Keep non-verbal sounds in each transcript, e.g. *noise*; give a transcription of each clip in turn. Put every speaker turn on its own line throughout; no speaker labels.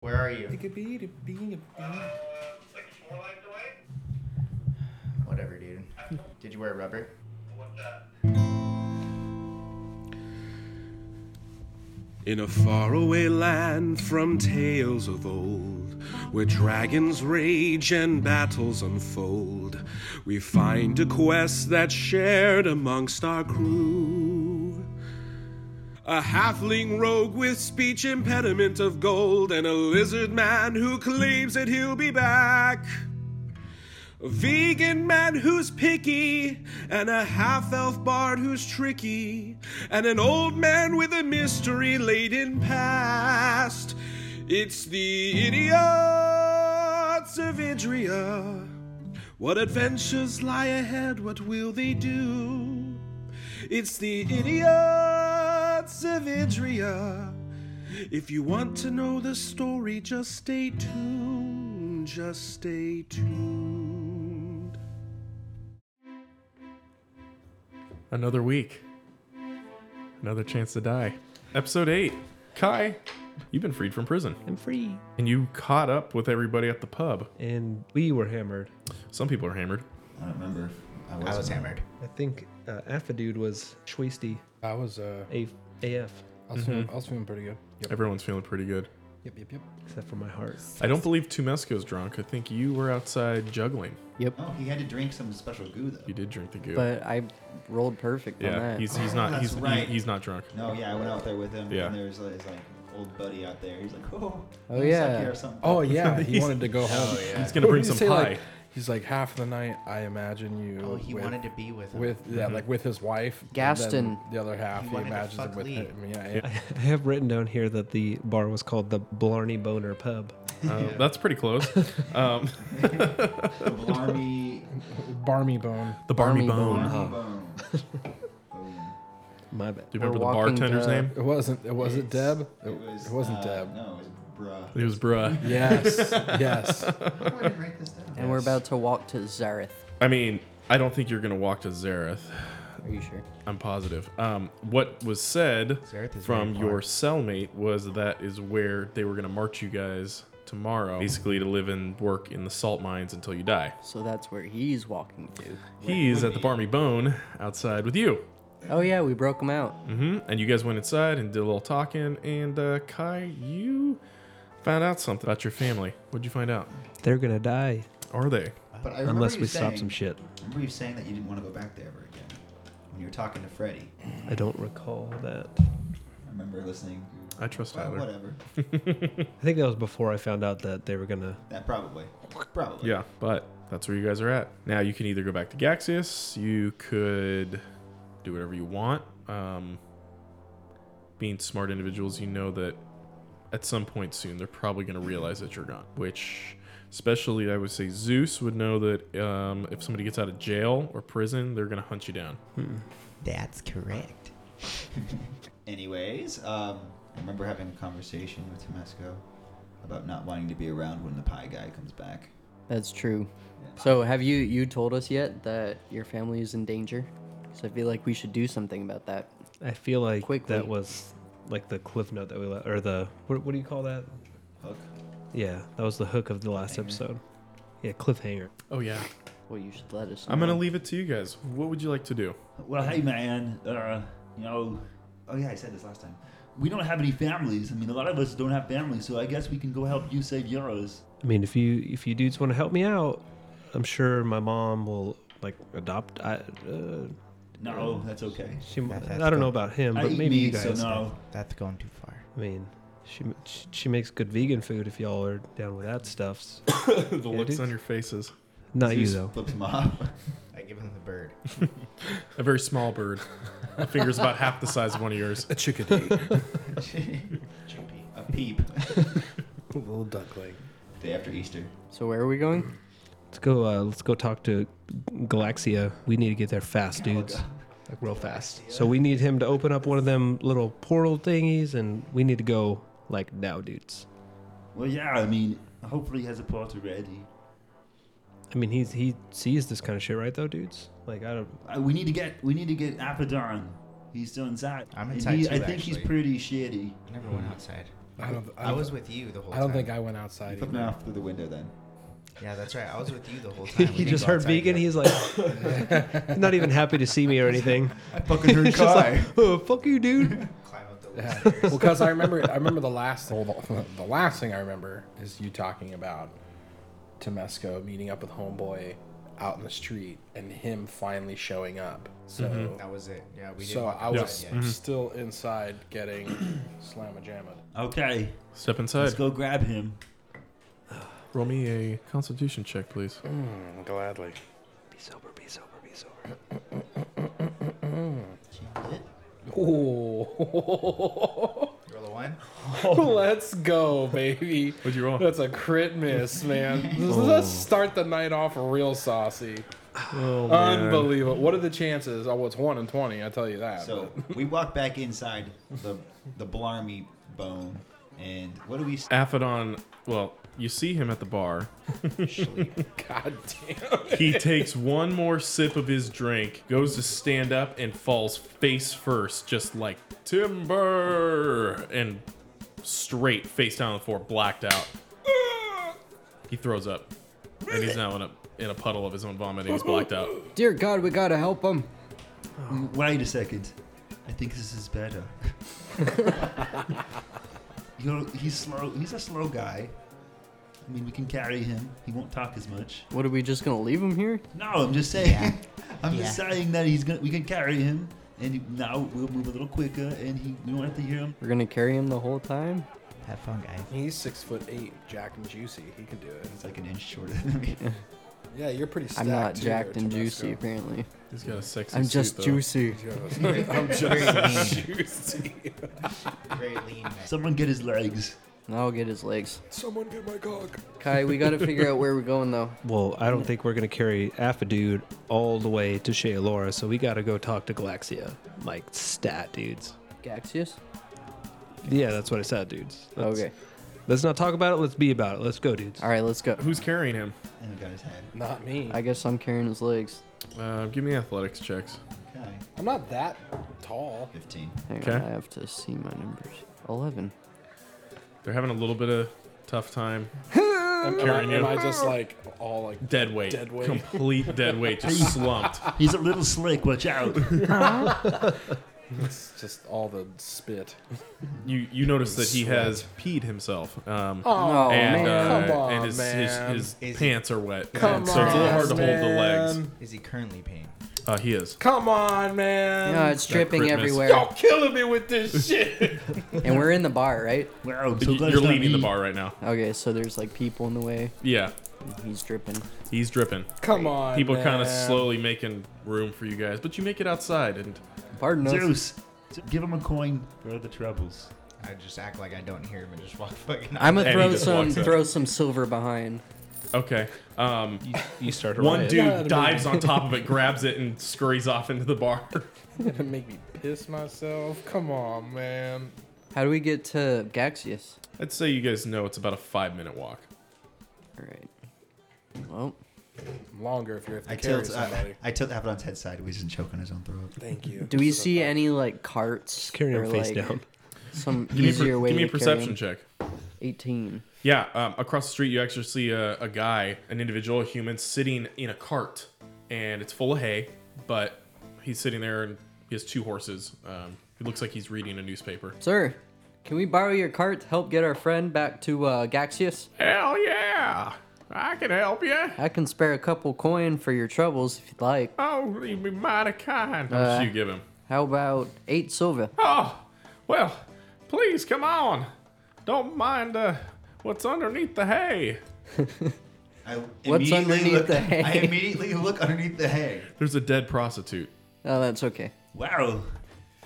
Where are you?
could be to being a
like four lights away?
Whatever, dude. Did you wear rubber?
What's that?
In a faraway land from tales of old, where dragons rage and battles unfold, we find a quest that's shared amongst our crew. A halfling rogue with speech impediment of gold, and a lizard man who claims that he'll be back. A vegan man who's picky, and a half elf bard who's tricky, and an old man with a mystery laden past. It's the idiots of Idria. What adventures lie ahead? What will they do? It's the idiots of Idria. If you want to know the story, just stay tuned. Just stay tuned.
Another week. Another chance to die. Episode 8. Kai, you've been freed from prison.
I'm free.
And you caught up with everybody at the pub.
And we were hammered.
Some people are hammered.
I don't remember. if I was,
I was hammered.
I think uh, Affidude was Schwasty
I was uh,
A- AF,
I was,
Mm-hmm.
feeling, I was feeling pretty good. Yep,
Everyone's feeling pretty good.
yep, yep, yep.
except for my heart.
I don't believe Tumesco's drunk. I think you were outside juggling.
Oh, he had to drink some special goo though.
You did drink the goo.
But I rolled perfect on
yeah,
that.
he's he's not he's
Oh, That's right.
he- he's not drunk.
No, yeah, I went out there with him.
Yeah.
And there was like, his, like old buddy out there. He's like, oh,
Oh,
I'm stuck
yeah.
here or something.
Oh
*laughs*
yeah, he wanted to go home.
He's gonna bring
He
some
say,
pie.
like- he's like half the night. I imagine you.
Oh, he
with,
wanted to be with him.
with yeah,
Mm-hmm.
like with his wife. and then
Gaston.
The other half, he,
wanted to
imagines
fuck
him with
Lee.
him. Yeah, yeah.
*laughs*
*laughs*
I have written down here that the bar was called the Blarney Boner Pub.
Uh, That's
*laughs*
pretty close. Um,
The Blarmy
*laughs* Barmy bone.
the Barmy
Barmy
Bone.
Bone.
huh? *laughs*
bone. Boom.
My bad.
Do you remember the
We're walking
bartender's
to-
name?
It wasn't. It was it Deb. It,
It was.
it wasn't
uh,
Deb.
No, it was bruh.
It was Bruh. *laughs*
Yes. yes.
I didn't write this down.
and we're about to walk to Zareth.
I mean, I don't think you're gonna walk to Zareth.
Are you sure?
I'm positive. Um, what was said
Zareth is
from
very far.
your cellmate was that is where they were going to march you guys tomorrow, basically to live and work in the salt mines until you die.
So that's where he's walking to.
He's at the Barmy Bone outside with you.
Oh yeah, we broke him out.
hmm And you guys went inside and did a little talking. And uh, Kai, you found out something about your family. What'd you find out?
They're gonna die
Are they?
But I remember
unless
you
we
saying,
stop some shit.
I remember you saying that you didn't want to go back there ever again. When you were talking to Freddy, I
I don't recall that.
remember listening. to-
I trust
well,
Tyler.
Whatever.
*laughs*
I think that was before I found out that they were gonna.
That probably. Probably.
Yeah, but that's where you guys are at. Now you can either go back to Gaxius, you could do whatever you want. Um, being smart individuals, you know that at some point soon they're probably going to realize that you're gone, which especially I would say Zeus would know that um, if somebody gets out of jail or prison, they're going to hunt you down.
Hmm.
That's correct.
Anyways, um, I remember having a conversation with Tomesco about not wanting to be around when the pie guy comes back.
That's true. So have you you told us yet that your family is in danger? So I feel like we should do something about that.
I feel like
Quickly.
that was like the cliff note that we left, or the what, what do you call that?
Hook.
Yeah, that was the hook of the last episode. Yeah, cliffhanger.
Oh, yeah.
Well, you should let us.
I'm going to
know.
leave it to you guys. What would you like to do?
Well, hey, man. Uh, you know,
Oh yeah, I said this last time.
we don't have any families. I mean, a lot of us don't have families, so I guess we can go help you save yours.
I mean, if you if you dudes want to help me out, I'm sure my mom will like adopt. I uh,
No, that's okay.
she.
That- that's
I don't know
cool.
about him,
I
but
eat
maybe you
meat,
guys.
so no.
That's going too far.
I mean, she she makes good vegan food if y'all are down with that stuff.
the looks
dude.
on your faces.
Not you
Zeus
though.
Flips
*laughs*
him off.
I give him the
*laughs*
bird.
A very
*laughs*
small bird. A finger's about half the size of one of yours.
*laughs*
A chickadee.
a peep.
*laughs* a little duckling.
Day after Easter.
So where are we going?
Let's go. Uh, let's go talk to Galaxia. We need to get there fast, dudes. Like real fast. So we need him to open up one of them little portal thingies, and we need to go like now, dudes.
Well, yeah, I mean, hopefully he has a portal ready.
I mean, he's he sees this kind of shit, right? Though, dudes. Like I don't.
Uh, we need to get we need to get Apadon. He's still inside.
I'm
And
inside
he-
too,
I think he's
actually.
pretty shitty.
I never went outside.
I don't. I,
I
don't-
was with you the whole
I
time.
don't think I went outside.
You put
either.
me off through the window then.
Yeah, that's right. I was with you the
*laughs*
whole time.
he just heard vegan. He's
*laughs*
like, not even happy to see me or anything.
I
*laughs*
fucking heard
He's just like, oh, fuck you, dude.
Climb up the
Yeah.
*laughs*
list.
well, because I remember, I remember the last, well, the, the last thing I remember is you talking about Temesco meeting up with Homeboy out in the street and him finally showing up. So,
That was it. Yeah, we did.
so I
Yeah.
was still inside getting *clears throat* slamma-jammed.
Okay,
Step
let's
inside.
go grab him.
Roll me a constitution check, please.
Gladly.
Be sober, be sober, be sober.
*laughs*
*laughs*
Ooh.
Roll a one.
*laughs* Let's go, baby.
What'd you roll?
That's a crit
*laughs*
miss, man. Let's start the night off real saucy.
Oh,
Unbelievable. What are the chances? Oh, well, it's 1 in 20, I tell you that.
So we walk back inside the the blarmy bone, and what do we? s-
Aphodon, well, you see him at the bar. *laughs*
but- God damn.
He takes one more sip of his drink, goes to stand up, and falls face first, just like timber, and straight face down on the floor, blacked out. He throws up, and he's now in a in a puddle of his own vomit, and he's blacked out.
*laughs* Dear God, we gotta help him.
Oh, Wait a second. I think this is better. *laughs* you know, he's slow. He's a slow guy. I mean, we can carry him. He won't talk as much.
What are we just gonna leave him here?
No, I'm just saying. *laughs* I'm just
Yeah.
saying that he's gonna. We can carry him, and he- now we'll move a little quicker, and he, we won't have to hear him.
We're gonna carry him the whole time?
Have fun, guys.
He's six foot
*laughs*
eight, jack and juicy. He can do it.
It's like an inch shorter than me.
Yeah, you're pretty.
I'm
Stacked
not
too,
jacked and
Tabasco.
juicy, apparently.
He's got a sexy.
I'm
suit,
just
though.
juicy.
I'm just lean,
Juicy.
very lean. man.
Someone get his legs.
I'll get his legs.
Someone get my cock.
*laughs* Kai, we gotta figure out where we're going though.
Well, I don't think we're gonna carry Affidude all the way to Shea Laura, so we gotta go talk to Galaxia. Like stat dudes.
Gaxius?
Yeah, that's what I said, dudes. Let's-
Okay.
Let's not talk about it. Let's be about it. Let's go, dudes.
Alright, let's go.
Who's carrying him?
And we got his head.
Not me.
I guess I'm carrying his legs.
Uh, give me athletics checks.
Okay,
I'm not that tall.
fifteen.
Hang
Okay.
on, I have to see my numbers. 11.
They're having a little bit of tough time.
Am, am, I,
Carrying
am
you.
I just like all like?
Dead weight.
Dead weight.
Complete dead
*laughs*
weight. Just slumped.
He's a little slick. Watch out.
It's just all the spit.
You you notice that he has peed himself. Um,
no,
and,
man.
uh,
Oh, come on,
and his,
man.
his, his
Is-
pants are wet.
Come
so it's a little
on,
hard to hold the
man.
legs.
Is he currently paying?
Uh, he is.
Come on, man.
No, it's dripping
Christmas.
everywhere.
Y'all killing me with this shit.
And we're in the
*laughs*
bar, right?
wow, oh, I'm so
You-
glad
You're
it's not
leaving the
me.
bar right now.
Okay, so there's like people in the way.
Yeah,
He's dripping.
he's dripping.
Come on.
People kind of
man.
slowly making room for you guys, but you make it outside, and
Pardon us.
Zeus, give him a coin for the troubles.
I just act like I don't hear him and just walk fucking.
I'm
And
gonna
he
throw
just
some
walks out.
throw some silver behind.
okay. Um,
You, you start a
one
riot.
dude
Yeah,
dives on
*laughs*
*laughs*
top of it, grabs it, and scurries off into the bar.
Gonna make me piss myself. Come on, man.
How do we get to Gaxius?
I'd say you guys know it's about a five minute walk.
Alright. Well,
Longer if you're if
I
you carry
tilt.
somebody.
I, I tilt Abaddon's head sideways and choke on his own throat.
Thank you.
do we see any like carts?
Carry him
or,
face
like,
down.
Some
Give me a per-
easier way
give me a
to carry him?
perception check.
18.
Yeah, um, across the street, you actually see a, a guy, an individual, a human, sitting in a cart, and it's full of hay, but he's sitting there and he has two horses. Um, he looks like he's reading a newspaper.
Sir, can we borrow your cart to help get our friend back to uh, Gaxius?
Hell yeah! I can help you.
I can spare a couple coin for your troubles if you'd like.
Oh, you'd be mighty kind. How much
Uh,
you give him?
How about eight silver?
Oh, well, please come on. Don't mind uh, what's underneath the hay.
I
What's
immediately
underneath
*laughs*
look-
the hay?
I immediately look underneath the hay.
There's a dead prostitute.
Oh, that's okay.
Wow.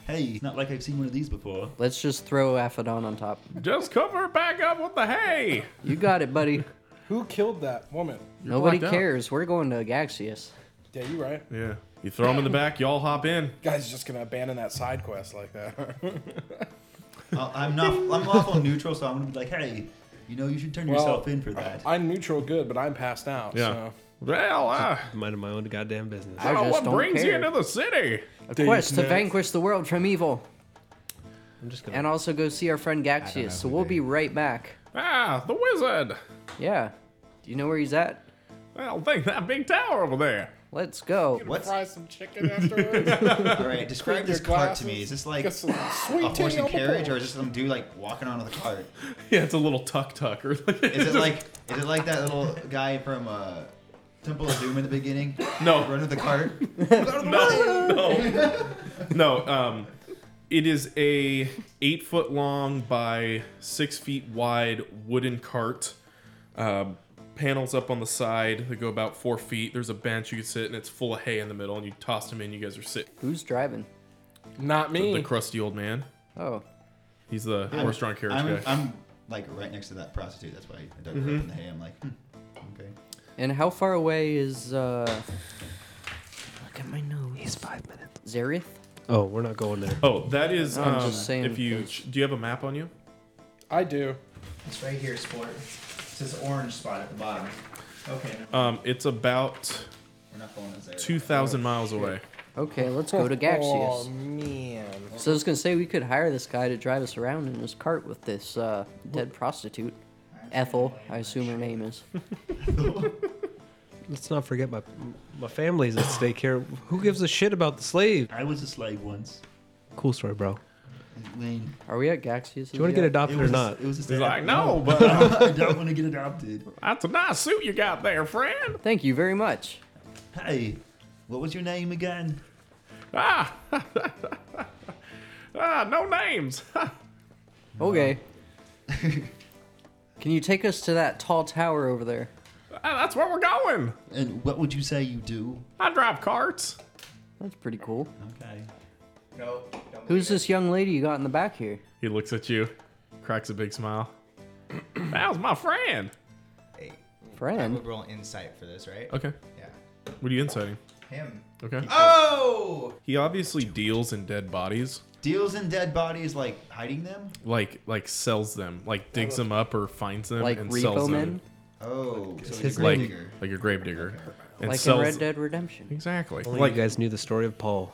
Hey, not like I've seen one of these before.
Let's just throw Aphodon on top.
Just cover her back up with the hay.
You got it, buddy.
*laughs* Who killed that woman?
Nobody
blacked out.
cares. We're going to Gaxius.
Yeah, you right.
Yeah. You throw him in the back, y'all hop in.
Guys, just gonna abandon that side quest like that. *laughs*
I'll- I'm not.
No, Uh, I'm awful neutral, so I'm gonna be like, hey, you know, you should turn yourself in for that.
I'm neutral good, but I'm passed out.
Yeah.
So.
Well, uh,
Minding my own goddamn business.
I
oh,
just
what
don't
brings
care.
you into the city?
*laughs* A
Dude,
quest to
no.
vanquish the world from evil.
I'm just gonna.
and also go see our friend Gaxius. So we'll be right back.
Ah, the wizard!
Yeah. Do you know where he's at?
Well, think that big tower over there.
Let's go.
What's
Fry some chicken
*laughs*
afterwards.
all right? Describe this cart to me. Is this like
Get some
a horse
sweet tea
and
on the
carriage,
board.
or is this some dude like walking on with a cart?
*laughs* Yeah, it's a little tuk tuk or like *laughs*
Is it like is it like that little guy from uh, Temple of Doom in the beginning?
no,
Running with the cart.
*laughs* no, no,
*laughs*
no. Um, it is a eight foot long by six feet wide wooden cart. Um, panels up on the side that go about four feet. There's a bench you can sit, and it's full of hay in the middle. And you toss them in. You guys are sitting.
Who's driving?
Not
The,
me.
the crusty old man.
Oh,
He's the horse-drawn carriage
I'm,
guy. Mm-hmm.
I'm like right next to that prostitute. That's why I dug her up in the hay. I'm like, hmm, okay.
and how far away is uh? Look at my nose. He's five minutes. Zareth.
oh, we're not going there.
oh, that is.
I'm
Um,
just saying
if you
things.
do, you have a map on you?
I do.
It's right here, sport. It's this orange spot at the bottom. Okay.
Um, it's about
We're not going as there.
two
Oh,
thousand miles away.
Okay, let's
*laughs*
go to
Oh
Um,
Gaxius.
man.
So I was gonna say we could hire this guy to drive us around in his cart with this uh, dead prostitute, Ethel. I assume her name is.
Let's not forget my my family's at stake here. Who gives a shit about the slave?
I was a slave once.
Cool story, bro. Do
Lane.
Are we at Gaxius?
you want to get adopted
It
or
was a-
not?
It was a
He's
slave.
like, no,
*laughs*
but uh,
*laughs*
I don't want to get adopted.
that's a nice suit you got there, friend.
Thank you very much.
Hey, what was your name again?
Ah, *laughs* ah, no names. *laughs*
*laughs*
Okay. Can you take us to that tall tower over there?
Ah, that's where we're going.
And what would you say you do?
I drive carts.
That's pretty cool.
Okay.
No. Don't
Who's this young lady you got in the back here?
He looks at you, cracks a big smile. that was my friend.
Hey, I
Friend.
would roll insight for this, right?
Okay,
Yeah.
what are you inciting?
Him.
Okay.
Oh!
He obviously deals in dead bodies,
Deals in dead bodies, like hiding them.
like like sells them, like digs them up or finds them
Like
and
repo
sells
men?
them,
Oh, so he's
his
a grave
like
digger.
like a grave digger, and
Like in
sells
Red Dead Redemption.
exactly.
*laughs*
Only
Like
you guys knew the story of Paul.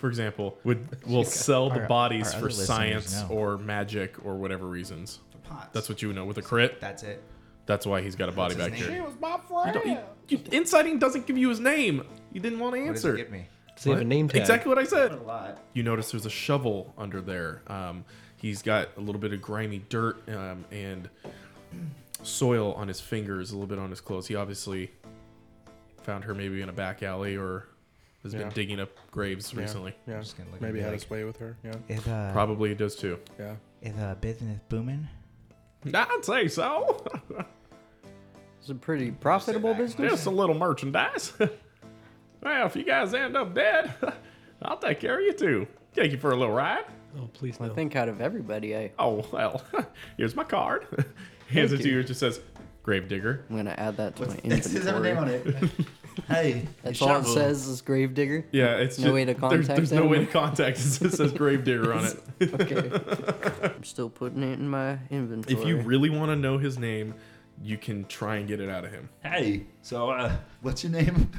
for example, would *laughs* will sell the
our-
bodies
our
for
other listeners
science
know.
or magic or whatever reasons.
For pots.
That's what you know with a crit.
That's it.
That's why he's got a body
his
back
name?
here.
was my friend.
You, you, inciting doesn't give you his name. You didn't want to
What does it
answer.
give me?
Does he have a name tag?
Exactly what I
a
said.
lot.
You notice there's a shovel under there. Um, he's got a little bit of grimy dirt um, and soil on his fingers, a little bit on his clothes. He obviously found her maybe in a back alley or has
Yeah.
been digging up graves recently.
Yeah.
just gonna look at
Maybe
you
had
like-
his way with her. Yeah.
Is uh,
Probably does too. Ah,
Yeah.
is uh, business booming?
I'd say so.
It's a pretty profitable business.
Just a little merchandise. *laughs* well, if you guys end up dead, *laughs* I'll take care of you too. Take you for a little ride.
Oh, please
I
no.
think out of everybody, I,
Oh well, *laughs* here's my card. *laughs* Hands it to
you.
you. It just says Gravedigger.
I'm going to add that to
*laughs*
my
That's his other name on
inventory.
*laughs*
it. *laughs*
Hey,
That's
you
all it
shovel.
says is Gravedigger.
Yeah, it's
No
just-
way to
there's-
contact
There's, no
them?
way to contact. It just says Gravedigger on it.
*laughs* Okay. I'm still putting it in my inventory.
If you really want to know his name, you can try and get it out of him. *laughs*
Hey, so uh,
What's your
*laughs*
name?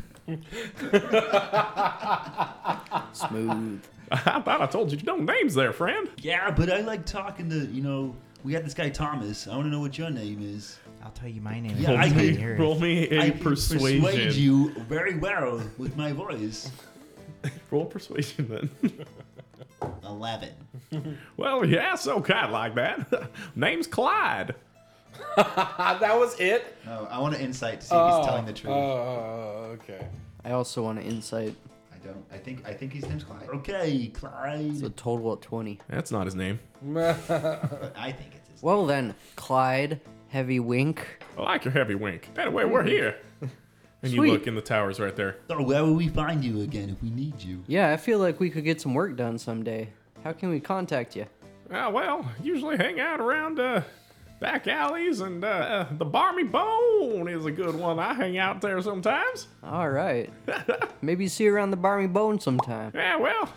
Smooth.
I thought I told you no names there, friend.
yeah, but I like talking to you know. We had this guy Thomas. I want to know what your name is.
I'll tell you my name.
Yeah, I
if you
could
wanna hear it.
Roll me a
I can
persuasion.
persuade you very well with my voice.
*laughs* Roll persuasion then. *laughs*
Eleven.
well, yeah, so kind of like that. *laughs* Name's Clyde.
Ah, *laughs* that was it.
No, I want to insight to see if he's telling the truth.
Oh, okay.
I also want to insight.
I don't. I think. I think his name's Clyde.
Okay,
It's a
Clyde.
total of 20.
That's not his name. *laughs*
But I think it's his.
Well then, Clyde, Heavy Wink.
I like your heavy wink. Anyway, we're here. And you
Mm-hmm. Sweet.
look, and the tower's right there.
So where will we find you again if we need you?
Yeah, I feel like we could get some work done someday. How can we contact you?
Ah, well, usually hang out around uh, back alleys, and uh, uh, the Barmy Bone is a good one. I hang out there sometimes.
All right.
*laughs*
Maybe see you around the Barmy Bone sometime.
Yeah, well,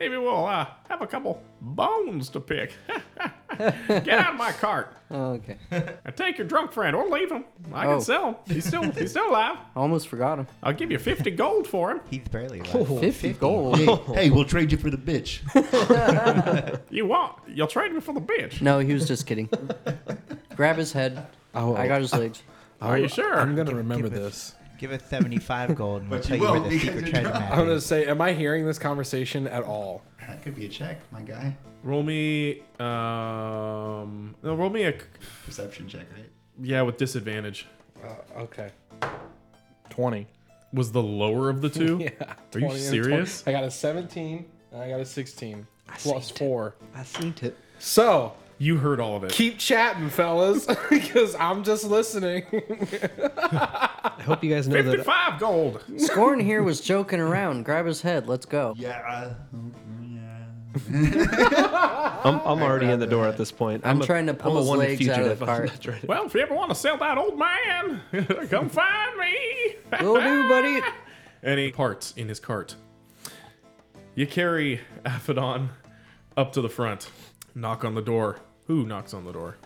maybe we'll uh, have a couple bones to pick. *laughs* Get out of my cart.
Oh, *laughs* okay.
And take your drunk friend or leave him. I
Oh.
can sell him. He's still he's still alive.
I almost forgot him.
I'll give you 50 gold for him.
He's barely alive.
50, Oh, gold.
Hey, *laughs* hey, we'll trade you for the bitch.
You want? You'll trade me for the
*laughs*
bitch.
No, he was just kidding. Grab his head.
Oh,
I got his legs.
Are you sure?
I'm gonna remember
give it-
this.
Give it 75
*laughs*
gold and we'll
But
tell
you
you where
won't
the
because
secret
you're
treasure
drunk.
map
I'm gonna
is.
say, am I hearing this conversation at all?
That could be a check, my guy.
Roll me. Um. No, roll me a.
Perception check, right?
Yeah, with disadvantage.
Uh, okay. Twenty.
Was the lower of
*laughs*
the two?
Yeah.
Are you
20 and
serious?
20. I got a 17 and I got a 16 plus four.
I seen it.
So
You heard all of it.
keep chatting, fellas, *laughs* because I'm just
*laughs*
listening.
I hope you guys know that
55 gold.
Scorn
*laughs*
here was joking around. Grab his head. Let's go.
Yeah. uh, mm, mm, yeah.
*laughs* I'm, I'm already in the door at this point.
I'm
a-
trying to pull
*laughs* I'm a
his
wanted
legs out of the
fugitive.
cart.
That's right.
Well, if you ever want to sell that old man, *laughs* come
*laughs*
find me.
*laughs* Will do, buddy.
*laughs* and he parts in his cart. You carry Aphodon up to the front, knock on the door. Who knocks on the door?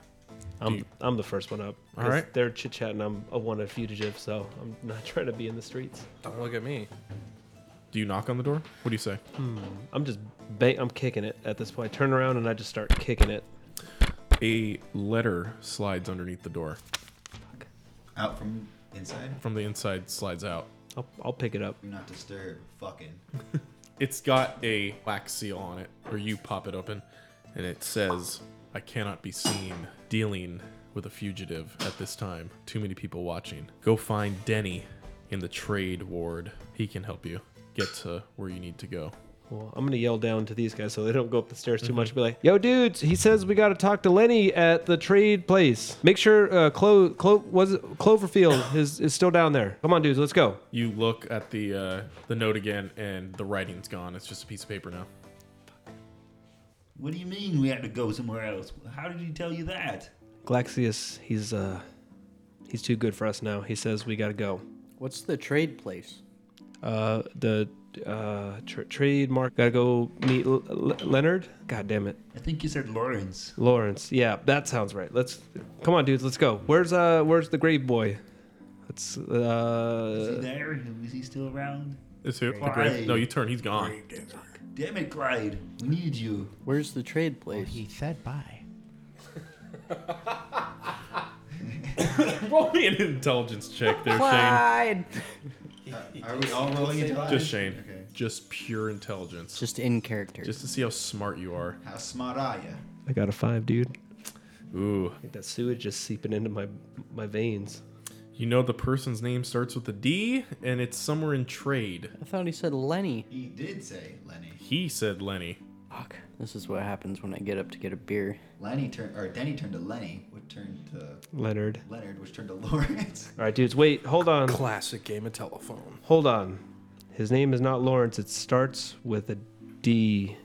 I'm, I'm the first one up. 'Cause
All right.
They're chit chatting. I'm a wanted fugitive, so I'm not trying to be in the streets.
Don't look at me.
Do you knock on the door? What do you say?
I'm just bang, I'm kicking it at this point. I turn around and I just start kicking it.
A letter slides underneath the door.
Out from inside.
From the inside, slides out.
I'll, I'll pick it up.
Do not disturb.
*laughs*
Fucking.
It's got a wax seal on it, or you pop it open, and it says, I cannot be seen dealing with a fugitive at this time. Too many people watching. Go find Denny in the trade ward. He can help you get to where you need to go.
Well, I'm gonna yell down to these guys so they don't go up the stairs
Mm-hmm.
too much. Be like, "Yo, dudes! He says we gotta talk to Lenny at the trade place. Make sure uh, Clo Clo was it
*coughs*
Cloverfield is is still down there. Come on, dudes, let's go."
You look at the uh, the note again, and the writing's gone. It's just a piece of paper now. *laughs*
What do you mean we had to go somewhere else? How did he tell you that?
Glaxius, he's uh, he's too good for us now. He says we gotta go.
What's the trade place?
Uh, the uh tr- trademark gotta go meet L- L- Leonard. God damn it,
I think you said Lawrence.
Uh, Lawrence. Yeah, that sounds right. Let's come on, dudes, let's go. Where's uh, where's the grave boy? Let's
Is he
uh,
there? Is he still around?
It's here. The
Right.
grave. No, you turn. He's gone.
Damn it, Clyde. We need you.
Where's the trade place?
He said bye.
Roll me an intelligence check there, Shane.
Clyde.
Uh, Are we all rolling into five?
Just Shane.
Okay.
Just pure intelligence.
Just in character.
Just to see how smart you are.
How smart are you?
I got a five, dude.
Ooh.
Like that sewage just seeping into my my veins.
You know the person's name starts with a D, and it's somewhere in trade.
I thought he said Lenny.
He did say Lenny.
He said Lenny.
Fuck. This is what happens when I get up to get a beer.
Lenny turned, or Denny turned to Lenny, which turned to
Leonard.
Leonard, which turned to Lawrence.
All right, dudes, wait, hold on,
Classic game of telephone.
hold on. His name is not Lawrence. It starts with a D.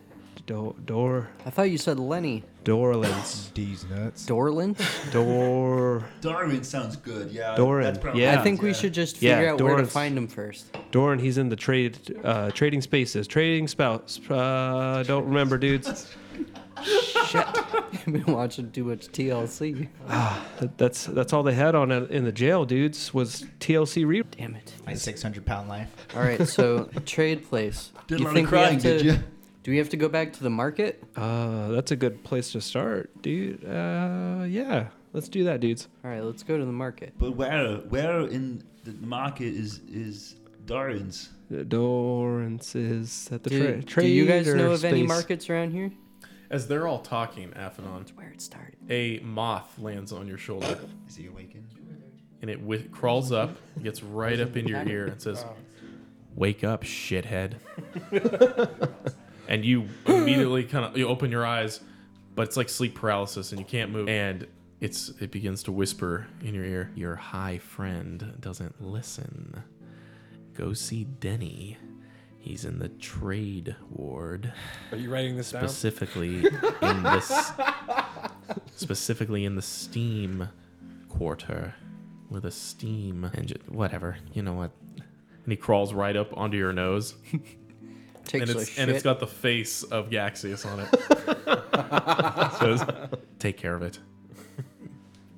Do- Dor
I thought you said Lenny.
Dorlins.
D's nuts.
Dorlin?
Dor
Darwin sounds good, yeah.
Doran, yeah.
I think we
Uh, yeah.
should just
Yeah,
figure out where to
Doran's-
find him first.
Doran. He's in the trade uh, trading spaces. Trading spouse. Uh, don't remember, dudes.
*laughs*
*laughs* I've been watching too much TLC.
Ah, That- That's that's all they had on it in the jail, dudes. Was TLC re.
Damn it.
My 600 pound life.
All right,
*laughs*
so trade place.
Did a
You
lot of
think we
crying,
have to-
did ya?
Do we have to go back to the market?
Uh, that's a good place to start, dude. Uh, yeah, let's do that, dudes.
All right, let's go to the market.
But where? Where in the market is is Darwin's?
Dorrance is at the
Do,
tra- trade.
do you guys
or
know of any
space?
markets around here?
As they're all talking, Aphanon,
Where it started.
a moth lands on your shoulder,
Is he awakened?
and it wi- crawls up, gets right up into your ear, and says, "Wake up, shithead!" and you immediately kind of you open your eyes, but it's like sleep paralysis, and you can't move. And it's it begins to whisper in your ear, "Your high friend doesn't listen. Go see Denny." He's in the trade ward.
Are you writing this down?
specifically in this specifically in the steam quarter with a steam engine whatever you know what and he crawls right up onto your nose
Takes
and
a
it's
shit.
and it's got the face of Gaxius on it *laughs* It says Take care of it.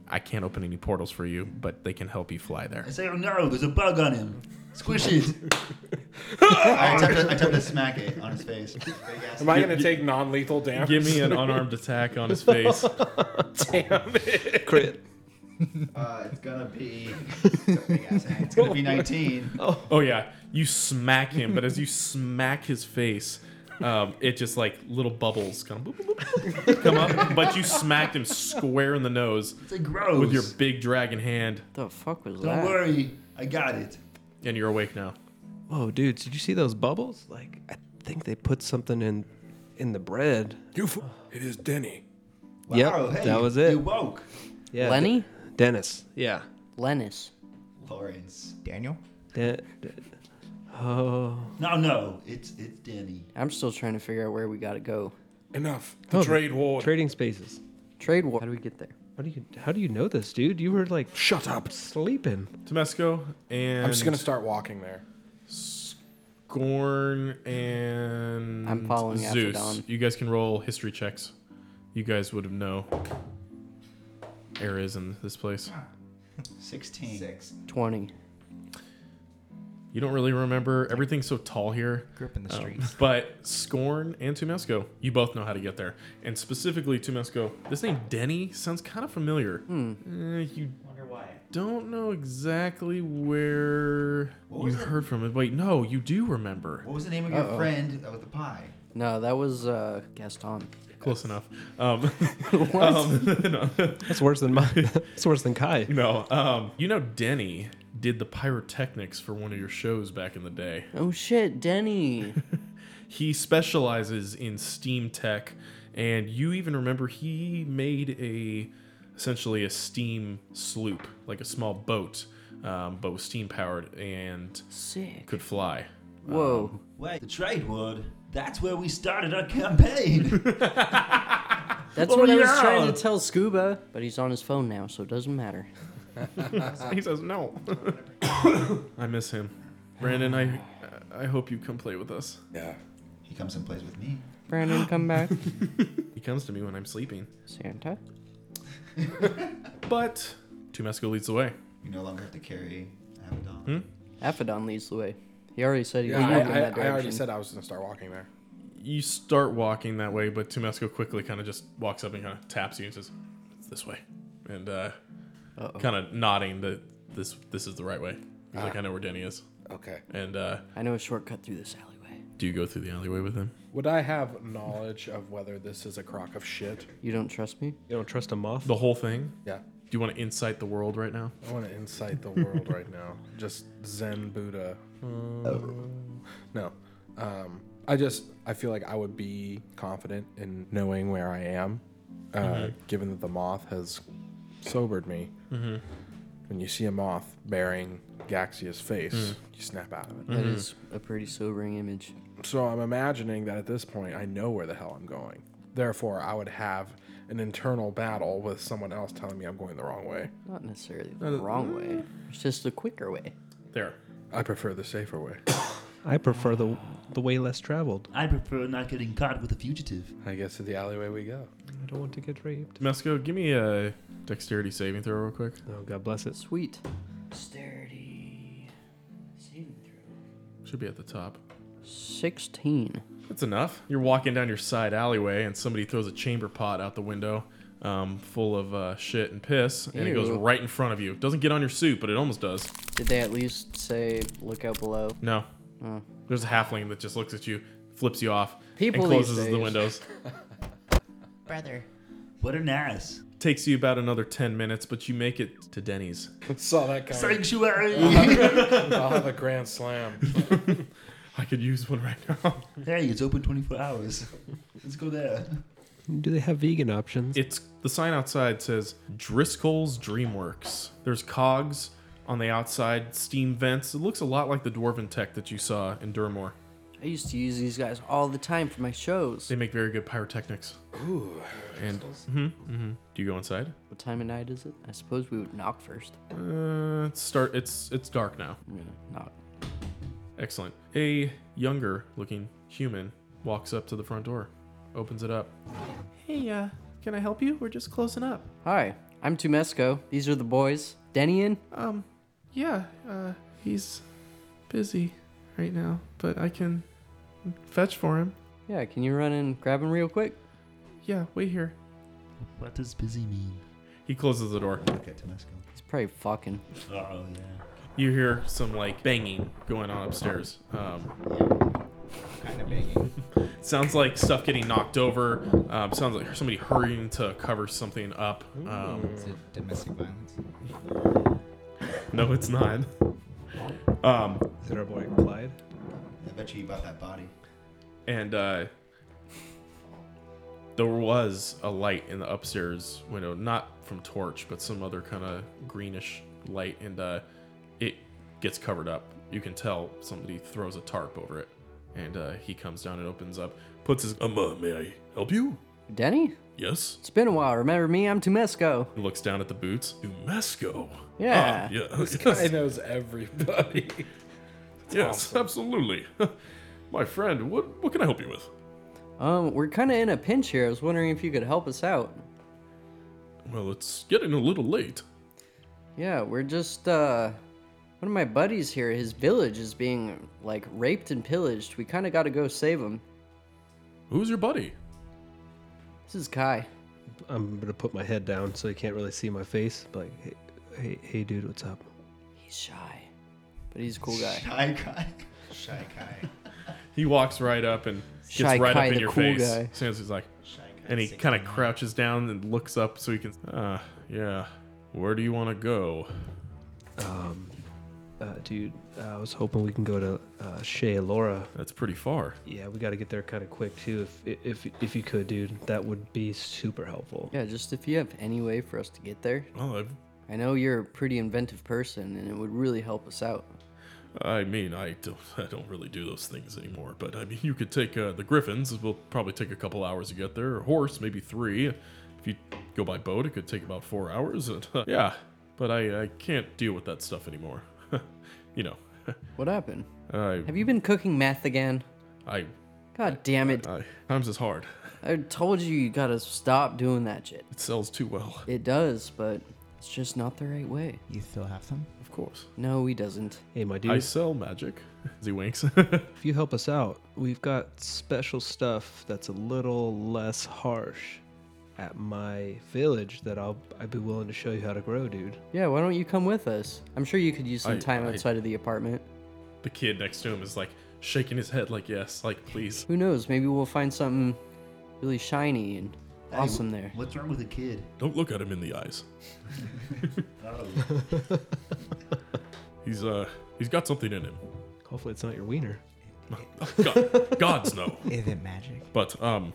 I can't open any portals for you, but they can help you fly there.
I say, oh no, there's a bug on him. Squish
*laughs*
it.
I attempt, to, I attempt to smack it on his
*laughs*
face. Big ass-
Am I going to take non lethal damage?
Give *laughs* me an unarmed attack on
*laughs*
his face.
Damn it.
Crit.
Uh, it's gonna be. Big ass hand. It's gonna be
*laughs*
19.
Oh yeah, you smack him, but as you smack his face, um, it just like little bubbles kind of boop, boop, boop, come up. But you smacked him square in the nose
It's like gross.
with your big dragon hand,
The fuck was
Don't
that?
worry, I got it.
and you're awake now.
Whoa, dudes! Did you see those bubbles? Like, I think they put something in, in the bread.
You f- it is Denny.
Wow,
Yep,
hey,
that was it.
You woke.
Yeah,
Lenny?
De- Dennis. Yeah.
Lennis.
Lawrence.
Daniel?
De- de- oh.
No, no, it's it's Danny.
I'm still trying to figure out where we gotta go.
Enough. The trade war.
Trading spaces.
Trade war. How do we get there?
How do you How do you know this, dude? You were like
Shut up.
sleeping.
Tomesco and
I'm just going to start walking there.
Gorn
*laughs*
and
I'm following after
Um, Zeus.
Don.
You guys can roll history checks. You guys would have know areas in this place.
16. Six.
20.
You don't really remember. Everything's so tall here.
Grew up in the
Um,
streets.
*laughs* but Scorn and Tumesco, you both know how to get there. And specifically, Tumesco, this name Denny sounds kind of familiar.
Hmm.
Eh, you
Wonder why.
don't know exactly where you heard from it. Wait, no, you do remember.
What was the name of your friend that was the pie?
No, that was uh, Gaston.
Close enough. Um,
*laughs* What?
um, *laughs* no.
That's worse than mine. *laughs* That's worse than Kai.
No, um, you know Denny did the pyrotechnics for one of your shows back in the day.
oh shit, Denny.
*laughs* He specializes in steam tech, and you even remember he made a essentially a steam sloop, like a small boat, um, but was steam powered and
Sick. *laughs*
could fly. Um,
Whoa.
Wait, the trade word. That's where we started our
*laughs*
campaign.
That's
Oh,
what I was
yeah.
trying to tell Scuba, but he's on his phone now, so it doesn't matter.
He says no. *laughs* *coughs* I miss him, Brandon. I I hope you come play with us.
Yeah.
He comes and plays with me.
Brandon,
*gasps*
come back.
He comes to me when I'm sleeping.
Santa.
But Tumesco leads the way.
You no longer have to carry Abaddon.
Aphodon leads the way. He already said he was
Yeah, I,
moving in that
I, I
direction.
already said I was going to start walking there.
you start walking that way, but Tumesco quickly kind of just walks up and kind of taps you and says, "It's this way," and uh, kind of nodding that this this is the right way. He's like, "I know where Denny is."
Ah. Okay.
And uh,
I know a shortcut through this alleyway.
do you go through the alleyway with him?
Would I have knowledge of whether this is a crock of shit?
You don't trust me?
You don't trust a moth.
The whole thing.
Yeah.
Do you want to incite the world right now?
I want to incite the world right now. Just Zen Buddha. No. Um, I just, I feel like I would be confident in knowing where I am, uh, given that the moth has sobered me. When you see a moth bearing Gaxia's face, you snap out of it.
That is a pretty sobering image.
So I'm imagining that at this point, I know where the hell I'm going. Therefore, I would have an internal battle with someone else telling me I'm going the wrong way.
Not necessarily the wrong way. It's just the quicker way.
There.
I prefer the safer way.
I prefer the the way less traveled.
I prefer not getting caught with a fugitive.
I guess to the alleyway we go.
I don't want to get raped.
Tumesco, give me a dexterity saving throw real quick.
Oh, God bless it.
Sweet. Sturdy. Saving throw.
Should be at the top.
16.
That's enough. You're walking down your side alleyway, and somebody throws a chamber pot out the window, um, full of uh, shit and piss, and it goes
Ew.
right in front of you. Doesn't get on your suit, but it almost does.
Did they at least say, look out below?
No. There's a halfling that just looks at you, flips you off,
People
and
these
closes the
days.
windows.
Brother.
What an ass.
Takes you about another 10 minutes, but you make it to Denny's.
*laughs* Saw that coming.
Sanctuary.
*laughs* I'll have a grand slam.
*laughs* I could use one right now.
hey, it's open 24 hours. Let's go there.
Do they have vegan options?
It's the sign outside says Driscoll's Dreamworks. There's cogs on the outside, steam vents. It looks a lot like the dwarven tech that you saw in Durmore.
I used to use these guys all the time for my shows.
They make very good pyrotechnics. Ooh. And Mhm, mhm. do you go inside?
What time of night is it? I suppose we would knock first.
Uh, it's start. It's it's dark now.
I'm gonna knock.
Excellent. A younger looking human walks up to the front door, opens it up. Hey, uh, Can I help you? We're just closing up.
Hi, I'm Tumesco. These are the boys. Denian?
Um, yeah, uh, he's busy right now, but I can fetch for him.
Yeah, can you run and grab him real quick?
Yeah, wait here.
What does busy mean?
He closes the door.
Look at Temesco.
He's probably fucking.
Oh yeah.
You hear some like banging going on upstairs. Um,
Kind of begging.
*laughs* sounds like stuff getting knocked over. Um, sounds like somebody hurrying to cover something up. Um,
Is it domestic violence?
*laughs* no, it's not.
*laughs*
Um,
Is it our boy Clyde?
I bet you he bought that body.
and uh, there was a light in the upstairs window, not from torch, but some other kind of greenish light, and uh, it gets covered up. You can tell somebody throws a tarp over it, and uh, he comes down and opens up, puts his um, uh, may I help you?
Denny?
Yes.
It's been a while. Remember me? I'm Tumesco.
He looks down at the boots. Ah, Dumesco.
Yeah.
yeah.
Guy *laughs* knows everybody.
Yes, absolutely. *laughs* My friend, what what can I help you with?
Um, we're kind of in a pinch here. I was wondering if you could help us out.
Well, it's getting a little late.
Yeah, we're just uh one of my buddies here, his village is being like raped and pillaged. We kind of got to go save him.
Who's your buddy?
This is Kai.
I'm gonna put my head down so he can't really see my face. Like, hey, hey, hey dude, what's up?
He's shy, but he's a cool guy.
Shy guy. *laughs* Shy guy.
He walks right up and gets
Shy
right
Kai,
up in
the
your
cool
face.
guy.
As soon as he's like,
Shy guy.
and he
Sick
kind of
guy.
crouches down and looks up so he can. Uh, yeah. Where do you want to go?
Um, uh, dude, uh, I was hoping we can go to uh, Shea Laura.
That's pretty far.
Yeah, we got to get there kind of quick too. If if if you could, dude, that would be super helpful.
Yeah, just if you have any way for us to get there.
Well, I've,
I know you're a pretty inventive person and it would really help us
*laughs*
out.
I mean, I don't, *laughs* I don't really do those things anymore. But I mean, you could take uh, the Griffins. It will probably take a couple hours to get there. Or horse, maybe three. If you go by boat, it could take about four hours. *laughs* And, uh, yeah, but I, I can't deal with that stuff anymore. *laughs* you know, uh,
What happened?
I,
Have you been cooking meth again?
I,
God damn it.
I times is hard.
I told you you got to stop doing that shit.
It sells too well,
It does, but it's just not the right way.
You still have some?
of course.
No, he doesn't.
Hey, my dude,
I sell magic. *laughs* As he winks.
if you help us out, we've got special stuff that's a little less harsh at my village that I'll I'd be willing to show you how to grow, dude.
Yeah, why don't you come with us? I'm sure you could use some
I-
time
I-
outside of the apartment.
the kid next to him is like shaking his head, like yes, like please.
Who knows? Maybe we'll find something really shiny and
Hey,
awesome
wh-
there.
What's wrong with a kid?
Don't look at him in the eyes. He's uh, he's got something in him. oh,
Hopefully, it's not your wiener.
God, gods no.
Is it magic?
But um,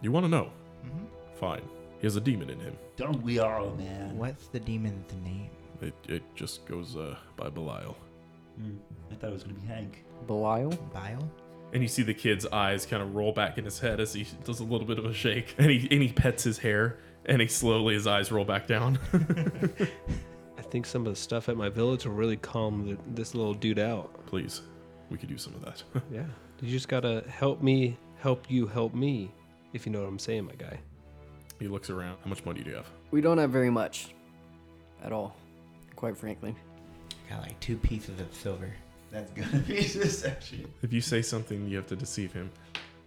you want to know?
Mm-hmm.
Fine. He has a demon in him.
Don't we all, man?
What's the demon's name?
It, it just goes uh, by Belial.
Hmm. I thought it was gonna be Hank.
Belial?
Bile?
And you see the kid's eyes kind of roll back in his head as he does a little bit of a shake, and he and he pets his hair, and he slowly his eyes roll back down. *laughs*
I think some of the stuff at my village will really calm th this little dude out.
Please, *laughs* we could use some of that.
Yeah. You just gotta help me help you help me, if you know what I'm saying, my guy.
he looks around. How much money do you have?
We don't have very much. At all. Quite frankly.
I got like two pieces of silver.
That's gonna be this actually.
If you say something, you have to deceive him.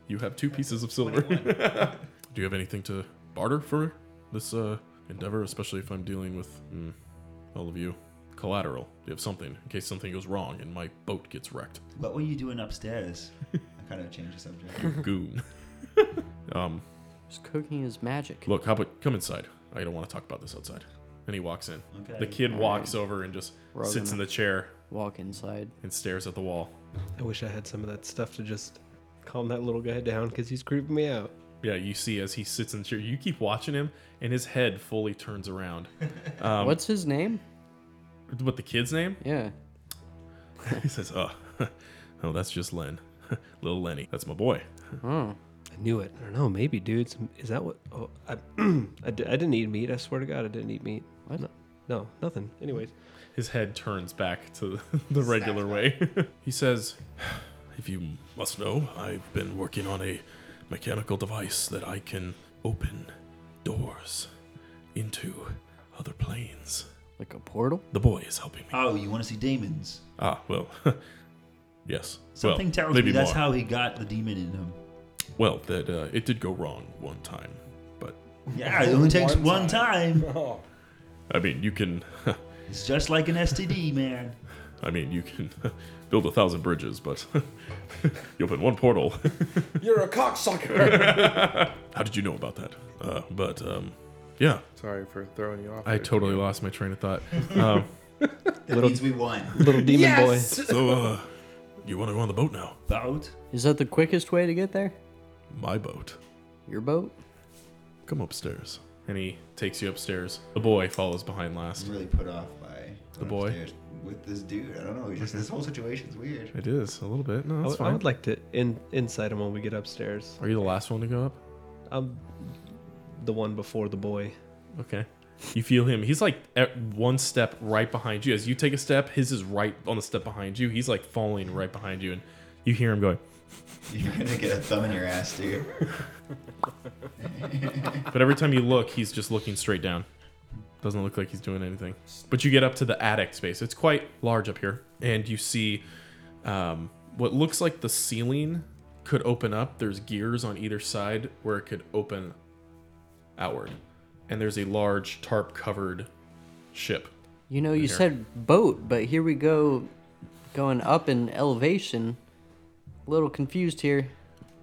You have two pieces of silver. *laughs* do you have anything to barter for this uh, endeavor, especially if I'm dealing with mm, all of you? Collateral. Do you have something in case something goes wrong and my boat gets wrecked?
What were you doing upstairs?
I kind of changed the subject.
*laughs*
*laughs* Goon. um,
Just cooking is magic.
look, how about come inside? I don't want to talk about this outside. And he walks in.
Okay.
The kid walks over and just
We're all
sits in
gonna-
the chair
Walk inside.
and stares at the wall.
I wish I had some of that stuff to just calm that little guy down because he's creeping me out.
Yeah, you see as he sits in the chair, you keep watching him, and his head fully
*laughs*
turns around. Um,
What's his name?
What the kid's name?
Yeah.
*laughs* He says, "Oh, *laughs* oh, that's just Len, *laughs* little Lenny. That's my boy."
Hmm.
Oh.
I knew it. I don't know. Maybe, dude. Some- Is that what? Oh, I, *clears throat* I, di- I didn't eat meat. I swear to God, I didn't eat meat.
What?
No, no, nothing. Anyways,
His head turns back to *laughs* the regular way. *laughs* he says, "If you must know, I've been working on a mechanical device that I can open doors into other planes.
Like a portal?
The boy is helping me.
Oh, you want to see demons?
Ah, well, *laughs* yes.
Something
well,
tells
maybe
me that's
more.
how he got the demon in *laughs* him.
Well, that uh, it did go wrong one time, but
Yeah, it only takes one
One
time. *laughs*
Oh,
I mean, you can. *laughs*
It's just like an STD, man.
I mean, you can *laughs* build a thousand bridges, but *laughs* you open one portal. *laughs*
you're a cocksucker.
How did you know about that? Uh, but um, yeah,
Sorry for throwing you off.
I
there.
totally lost my train
*laughs*
of thought. Um,
That means we won.
Little demon boy.
so, uh, you want to go on the boat now?
Boat.
*laughs* Is that the quickest way to get there?
My boat.
Your boat?
Come upstairs. And he takes you upstairs. The boy follows behind last.
I'm really put off by
The
going
boy?
upstairs with this dude. I don't know. Just this whole situation's weird. *laughs*
It is a little bit. No,
I
that's
would, I
fine.
would like to in, insight him when we get upstairs.
Are you the last one to go up?
I'm the one before the boy.
Okay. You feel him. He's like at one step right behind you. As you take a step, his is right on the step behind you. He's like falling right behind you, and you hear him going.
You're gonna get a thumb in your ass, dude. *laughs*
But every time you look, he's just looking straight down. Doesn't look like he's doing anything. But you get up to the attic space. It's quite large up here, and you see um, what looks like the ceiling could open up. There's gears on either side where it could open outward, and there's a large tarp-covered ship.
You know, you
here.
said boat, but here we go going up in elevation. A little confused here.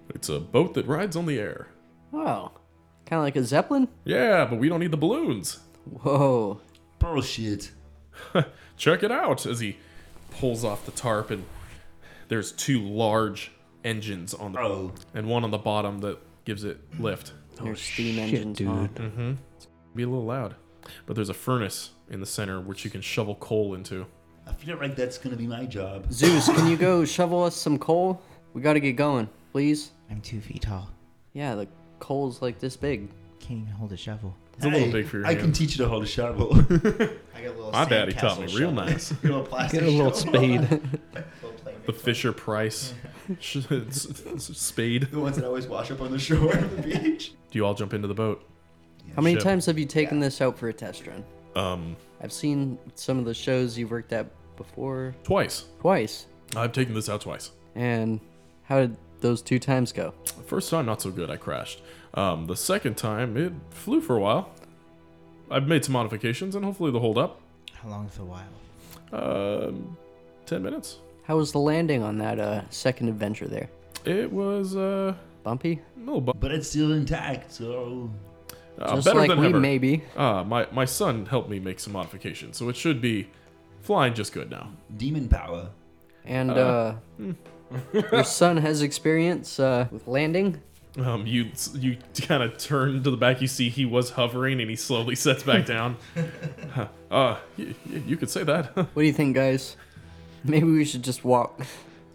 It's a boat that rides on the air.
Wow. Kind of like a Zeppelin?
Yeah, but we don't need the balloons.
Whoa.
Bullshit.
*laughs* Check it out as he pulls off the tarp and there's two large engines on the
Oh.
and one on the bottom that gives it lift. Mm-hmm.
There's steam engines
*laughs*
on.
Mm-hmm.
Be a little loud. But there's a furnace in the center which you can shovel coal *laughs* into.
I feel like that's gonna be my job.
Zeus, can you go shovel us some coal? We gotta get going, please.
I'm two feet tall.
Yeah, the coal's like this big.
Can't even hold a shovel.
It's a little big for your
I can
hand.
teach you to hold a shovel.
*laughs*
I got a little.
My daddy
sandcastle
taught me real
shovel.
*laughs* nice.
little plastic
Get a little
shovel.
*laughs*
spade.
Little play-
The Fisher *laughs* Price sh- s- s- spade.
The ones that always wash up on the shore of the beach.
Do you all jump into the boat?
How many
Ship.
times have you taken this out for a test run?
Um,
I've seen some of the shows you've worked at before
twice.
twice.
I've taken this out twice.
And how did those two times go?
The first time, not so good. I crashed. Um, the second time, it flew for a while. I've made some modifications, and hopefully they'll hold up.
How long's a while?
Um, ten minutes.
How was the landing on that uh, second adventure there?
It was *laughs* uh,
Bumpy?
a little bu-
but it's still intact, so
uh,
Just
better
like
than
we,
ever.
maybe.
Uh, my my son helped me make some modifications, so it should be flying just good now.
demon power.
And uh,
hmm. *laughs*
your son has experience uh, with landing.
Um, you you kind of turn to the back. You see he was hovering, and he slowly sets back down. uh, you, you could say that. *laughs*
What do you think, guys? Maybe we should just walk.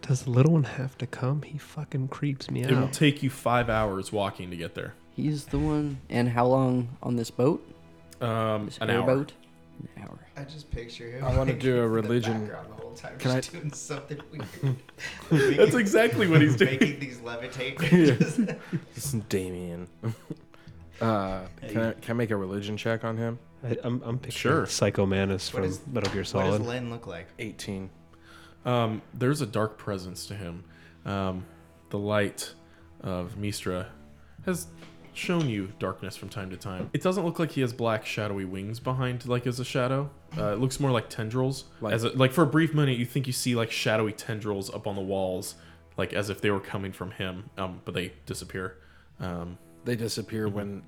Does the little one have to come? He fucking creeps me
it will
out.
take you five hours walking to get there.
He's the one. And how long on this boat?
Um,
This
an hour.
airboat? An hour.
I just picture him.
I wanna
like,
do a
in the
religion-
background The whole time,
Can
just doing something
*laughs*
weird. Making-
That's exactly what he's doing.
Making these
*laughs*
levitate. Just- *laughs*
This is *laughs* Damien. uh, can, I, can I make a religion check on him?
I, I'm, I'm picturing
Sure.
Psycho Manus
What
from
is-
Metal Gear
What does
Solid.
Len look like?
18.
Um, there's a dark presence to him. Um, the light of Mistra has shown you darkness from time to time. It doesn't look like he has black shadowy wings behind, like as a shadow. Uh, it looks more like tendrils.
Like-
as a, like for a brief minute, you think you see like shadowy tendrils up on the walls, like as if they were coming from him. Um, but they disappear um,
They disappear when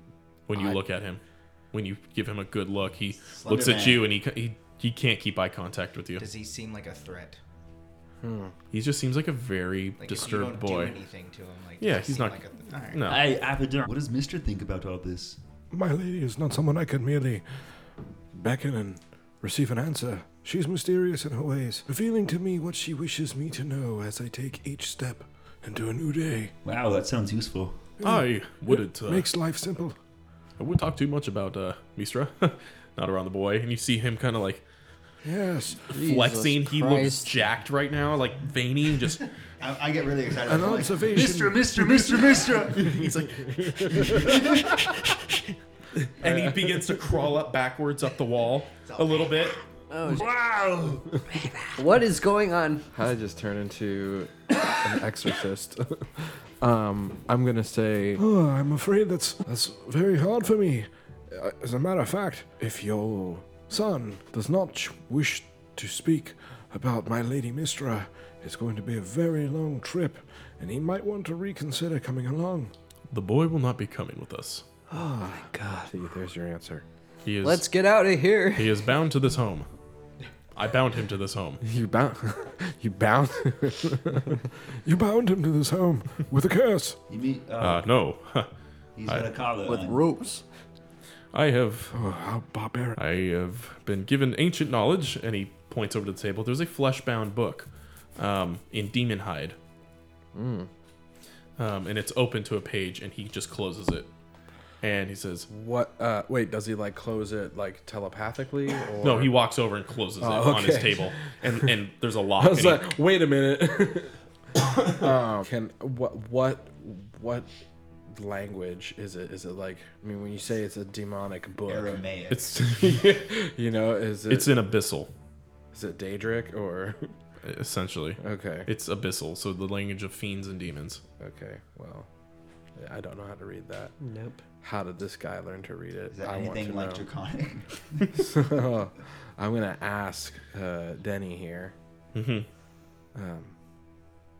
when you
I-
look at him. When you give him a good look, he
Slender
looks at
man.
you and he, ca- he he can't keep eye contact with you.
Does he seem like a threat?
He just seems like a very
Like if you
disturbed
don't
boy.
do anything to him, like
Yeah,
does he
he's
seem
not-
Like a th- Alright.
No.
Hey, Abaddon, what does Mister think about all this?
My lady is not someone I can merely beckon and receive an answer. She's mysterious in her ways, revealing to me what she wishes me to know as I take each step into a new day.
Wow, that sounds useful.
*laughs* I wouldn't. Uh,
Makes life simple.
*laughs* I wouldn't talk too much about uh, Mistra, not around the boy. And you see him kind of like
Yes.
flexing. He looks jacked right now, like veiny, and just.
*laughs* I, I get really excited.
An
I'm like,
observation.
Mister, Mister, Mister.
He's like. and he begins to crawl up backwards up the wall a little bit.
Oh,
wow!
What is going on?
How did I just turn into an exorcist? *laughs* um, I'm gonna say
Oh, I'm afraid that's that's very hard for me. Uh, As a matter of fact, if your son does not ch- wish to speak about my lady Mistra, it's going to be a very long trip, and he might want to reconsider coming along.
The boy will not be coming with us.
Oh my
God! There's your answer.
He is.
Let's get out of here.
He is bound to this home. I bound him to this home.
You bound. *laughs* you bound. *laughs*
You bound him to this home with a curse.
You mean uh,
Uh, no. *laughs*
he's
I-
got a collar on.
ropes.
I have.
Oh, how barbaric!
I have been given ancient knowledge, and he points over to the table. There's a flesh-bound book, um, in demon hide, um, and it's open to a page, and he just closes it, and he says,
*gasps* What? Uh, wait, does he like close it like telepathically? Or...
"No." He walks over and closes it
Oh,
on his
okay.
table, *laughs* and and
*laughs*
there's a lock.
I was
and he-
like, wait a *laughs* minute. um, can what what what language is it? Is it like? I mean, when you say it's a demonic book,
Aramaic.
it's
*laughs* you know, is it?
it's an abyssal,
Is it Daedric or?
essentially.
Okay.
It's abyssal, so the language of fiends and demons.
Okay. Well, yeah, I don't know how to read that.
Nope.
How did this guy learn to read it?
Is that
I
anything like draconic?
so, *laughs* I'm gonna ask uh, Denny here.
Mhm.
Um,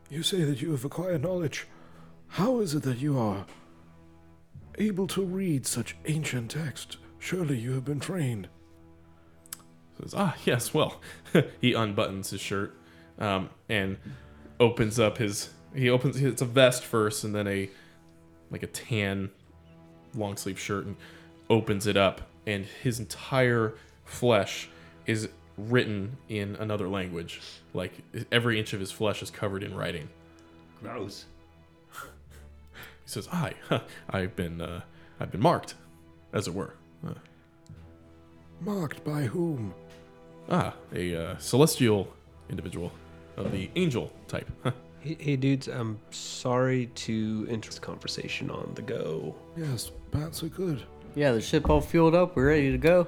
You say that you have acquired knowledge. How is it that you are able to read such ancient text? Surely you have been trained.
Says, ah, yes, well. *laughs* he unbuttons his shirt um, and opens up his. He opens. It's a vest first, and then a like a tan long sleeve shirt, and opens it up, and his entire flesh is written in another language. Like every inch of his flesh is covered in writing.
Gross.
He says, *laughs* "Hi, I've been uh, I've been marked, as it were." Uh,
Marked by whom?
ah, a uh, celestial individual of the angel type. *laughs*
Hey, hey, dudes, I'm sorry to enter this conversation on the go.
Yes, bats are good.
Yeah, the ship all fueled up. We're ready to go.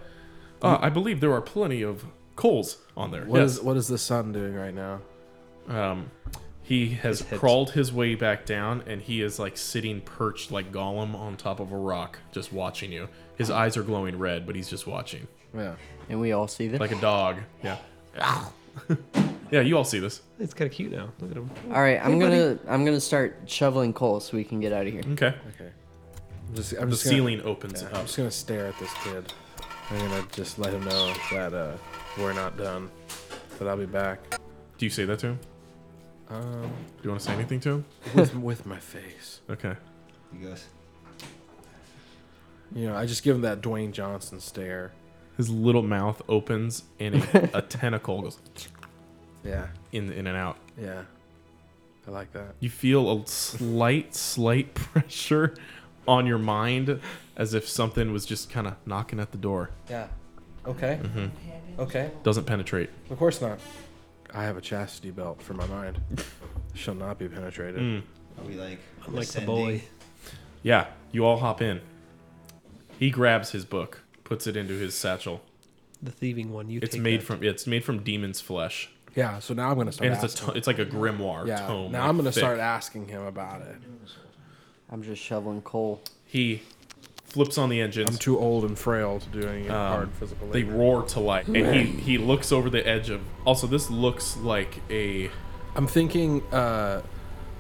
Uh, I believe there are plenty of coals on there.
what
yes.
is- what is the sun doing right now?
Um, he has
His hips.
crawled his way back down, and he is like sitting perched like Gollum on top of a rock, just watching you. His eyes are glowing red, but he's just watching
Yeah.
And we all see that.
like a dog. Yeah. *laughs* yeah, you all see this.
It's kind of cute now. Look at him.
all right, I'm gonna I'm gonna start shoveling coal so we can get out of here.
Okay.
Okay. I'm just, I'm
The
just gonna-
ceiling opens
yeah, I'm
up.
just gonna stare at this kid. I'm gonna just let him know that uh, we're not done. That I'll be back.
Do you say that to him?
Um,
Do you want to say anything to him?
with, with my face.
Okay.
He goes.
You know, I just give him that Dwayne Johnson stare.
His little mouth opens, and a, a tentacle goes
Yeah.
in in and out.
Yeah. I like that.
You feel a slight, slight *laughs* pressure on your mind as if something was just kind of knocking at the door. Mm-hmm.
Yeah. Okay. Okay.
Doesn't penetrate.
Of course not. I have a chastity belt for my *laughs* mind. Shall not be penetrated.
Mm.
Are we like?
Like the
ascending?
boy.
Yeah, you all hop in. He grabs his book, puts it into his satchel.
The thieving one. You
It's
take
made
that.
from it's made from demon's flesh,
Yeah. So now I'm gonna start.
and it's a
asking.
to- it's like a grimoire
yeah.
tome.
now
like,
I'm gonna
thick.
start asking him about it.
I'm just shoveling coal.
He flips on the engines.
I'm too old and frail to do any hard physical
Um, They
labor.
roar to life, and he he looks over the edge of. Also, this looks like a
I'm thinking uh,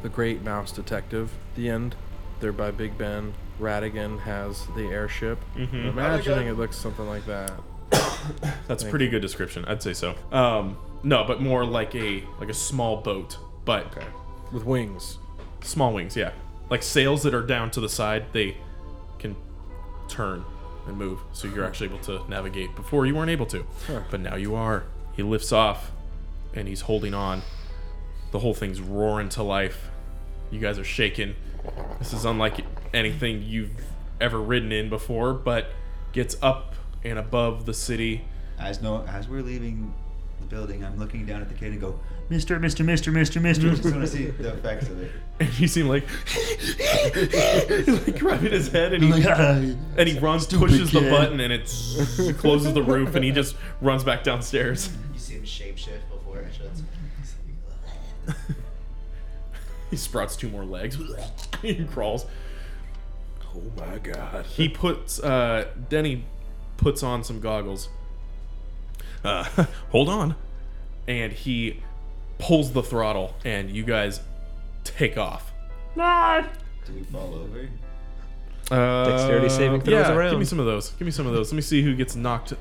the Great Mouse Detective. The end. They're by Big Ben. Radigan has the airship. I'm imagining it looks something like that.
Mm-hmm. *coughs* That's a pretty good description. I'd say so. Um, no, but more like a like a small boat, but
With wings.
small wings. Yeah, like sails that are down to the side. They can turn and move, so you're actually able to navigate. Before you weren't able to, but now you are. He lifts off, and he's holding on. The whole thing's roaring to life. You guys are shaking. This is unlike anything you've ever ridden in before, but gets up and above the city.
As no, as we're leaving the building, I'm looking down at the kid and go,
Mister, Mister, Mister, Mister,
I
*laughs*
Mister.
just want to see the effects of it.
And you seem like *laughs*
*laughs*
he's like *laughs* grabbing his head and he,
Like, ah,
and he runs,
stupid
pushes the
kid.
button, and it
*laughs*
closes the roof, and he just runs back downstairs. *laughs*
You see him shapeshift before it shuts.
He sprouts two more legs. *laughs* he crawls. Oh my god. He puts uh Denny puts on some goggles. Uh hold on. And he pulls the throttle and you guys take off.
No! Do we fall over?
Uh,
Dexterity saving throws
yeah,
around.
Give me some of those. Give me some of those. Let me see who gets knocked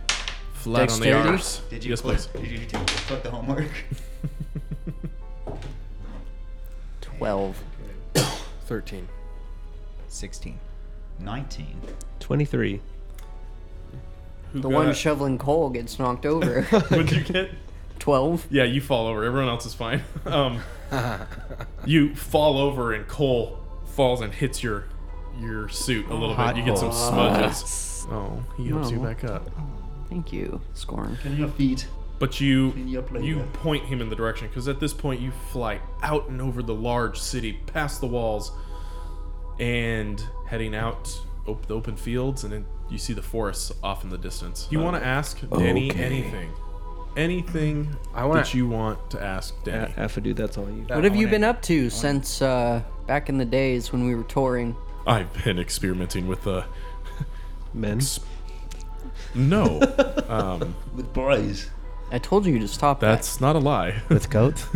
flat on
Dexterity?
the arse.
Did you
yes,
click-
please.
Did you take put the
*laughs*
homework?
12.
13.
16.
19.
23.
the one shoveling coal gets knocked *laughs* over.
What'd you get?
12.
Yeah, you fall over. Everyone else is fine. *laughs* Um, you fall over and Cole falls and hits your your suit a little bit. You get some smudges. Oh, he helps you
No.
back up.
Oh, Thank you, Scorn.
Clean your feet.
But you
Clean you up later.
you point him in the direction because at this point you fly out and over the large city, past the walls, and heading out op- the open fields, and then you see the forests off in the distance. You want to ask Danny
Okay.
anything? Anything
I wanna-
that you want to ask Danny?
Afidu, that's all you.
What have you been up to since uh, back in the days when we were touring?
I've been experimenting with uh
men.
No, um,
With boys.
I told you to stop
that's not a lie. Uh,
With
*laughs*
goats?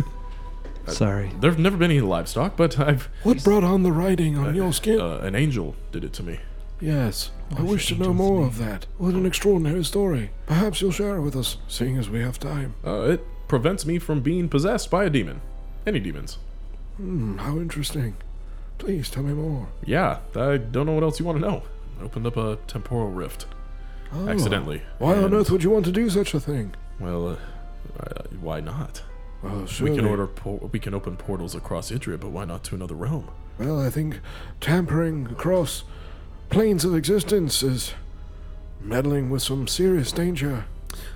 Sorry.
There've never been any livestock, but I've
What brought on the writing on your skin?
uh, an angel did it to me.
Yes, I wish to know more of that. What an extraordinary story. Perhaps you'll share it with us, seeing as we have time.
Uh, it prevents me from being possessed by a demon, any demons.
Hmm, how interesting. Please tell me more.
Yeah, I don't know what else you want to know. I opened up a temporal rift
Oh,
accidentally.
Why on
and-
earth would you want to do such a thing?
Well, uh, I, why not?
Well,
we
surely-
can order. Por- we can open portals across Idria, but why not to another realm?
Well, I think tampering across planes of existence is meddling with some serious danger.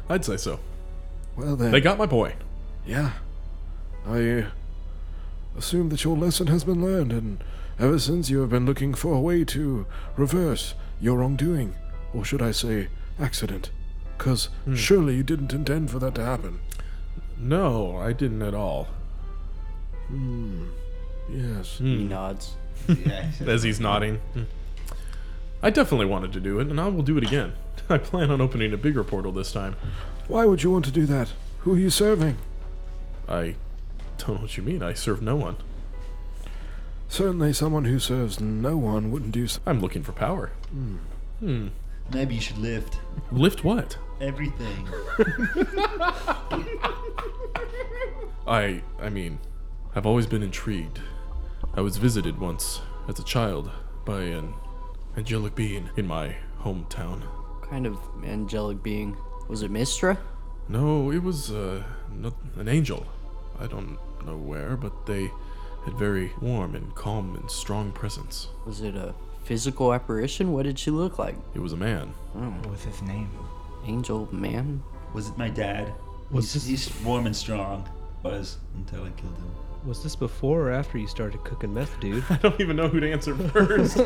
I'd say so.
Well, then.
They got my boy.
Yeah. I uh, assume that your lesson has been learned, and ever since you have been looking for a way to reverse your wrongdoing, or should I say, accident. Because
Hmm.
surely you didn't intend for that to happen.
No, I didn't at all. Hmm.
Hmm. Yes.
He nods.
yeah.
As he's nodding, Hmm. I definitely wanted to do it, and I will do it again. *laughs* I plan on opening a bigger portal this time.
Why would you want to do that? Who are you serving?
I don't know what you mean. I serve no one.
*laughs* Certainly, someone who serves no one wouldn't do so.
I'm looking for power. Hmm.
Maybe you should lift
Lift what?
*laughs*
everything.
I I mean, I've always been intrigued. I was visited once as a child by an angelic being in my hometown.
Kind of angelic being. Was it Mistra?
No, it was uh, not an angel. I don't know where, but they had very warm and calm and strong presence.
Was it a physical apparition? What did she look like?
It was a man.
Oh,
What's his name?
angel man.
Was it my dad?
Was
he's, he's warm and strong. Was
Until I killed him.
Was this before or after you started cooking meth, dude?
*laughs* I
*laughs*
don't even know who
*laughs*
to answer *laughs* first.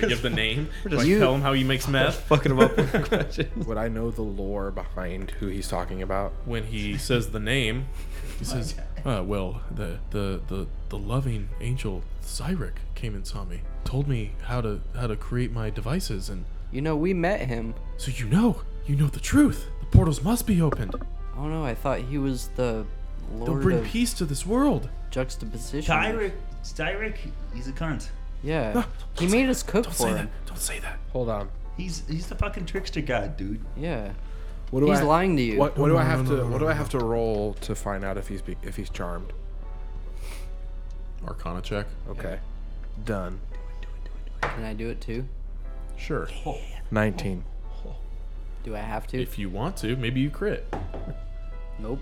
give the name.
just-
like, tell him how he makes meth.
fucking him up
*laughs*
with questions.
Would I know the lore behind who he's talking about?
when he says the name,
*laughs*
he says, uh, "Well, the, the the the loving angel Cyric came and saw me, told me how to how to create my devices, and
You know, we met him.
so you know, you know the truth. The portals must be opened.
Oh no, I thought he was the
They'll
Lord
bring
of
peace to this world."
Juxtaposition.
Tyrek? Tyrek? He's a cunt.
Yeah.
No,
He made us cook
Don't
for
say
him.
that. Don't say that.
Hold on.
He's he's the fucking trickster god, dude.
Yeah.
What do
He's
I,
lying to you.
What, what do
No,
I
no,
have
no,
to?
no,
what do
no,
I have to roll to find out if he's be, if he's charmed?
Arcana check.
Okay, done.
Can I do it too?
Sure.
Nineteen.
Do I have to?
If you want to, maybe you crit.
Nope.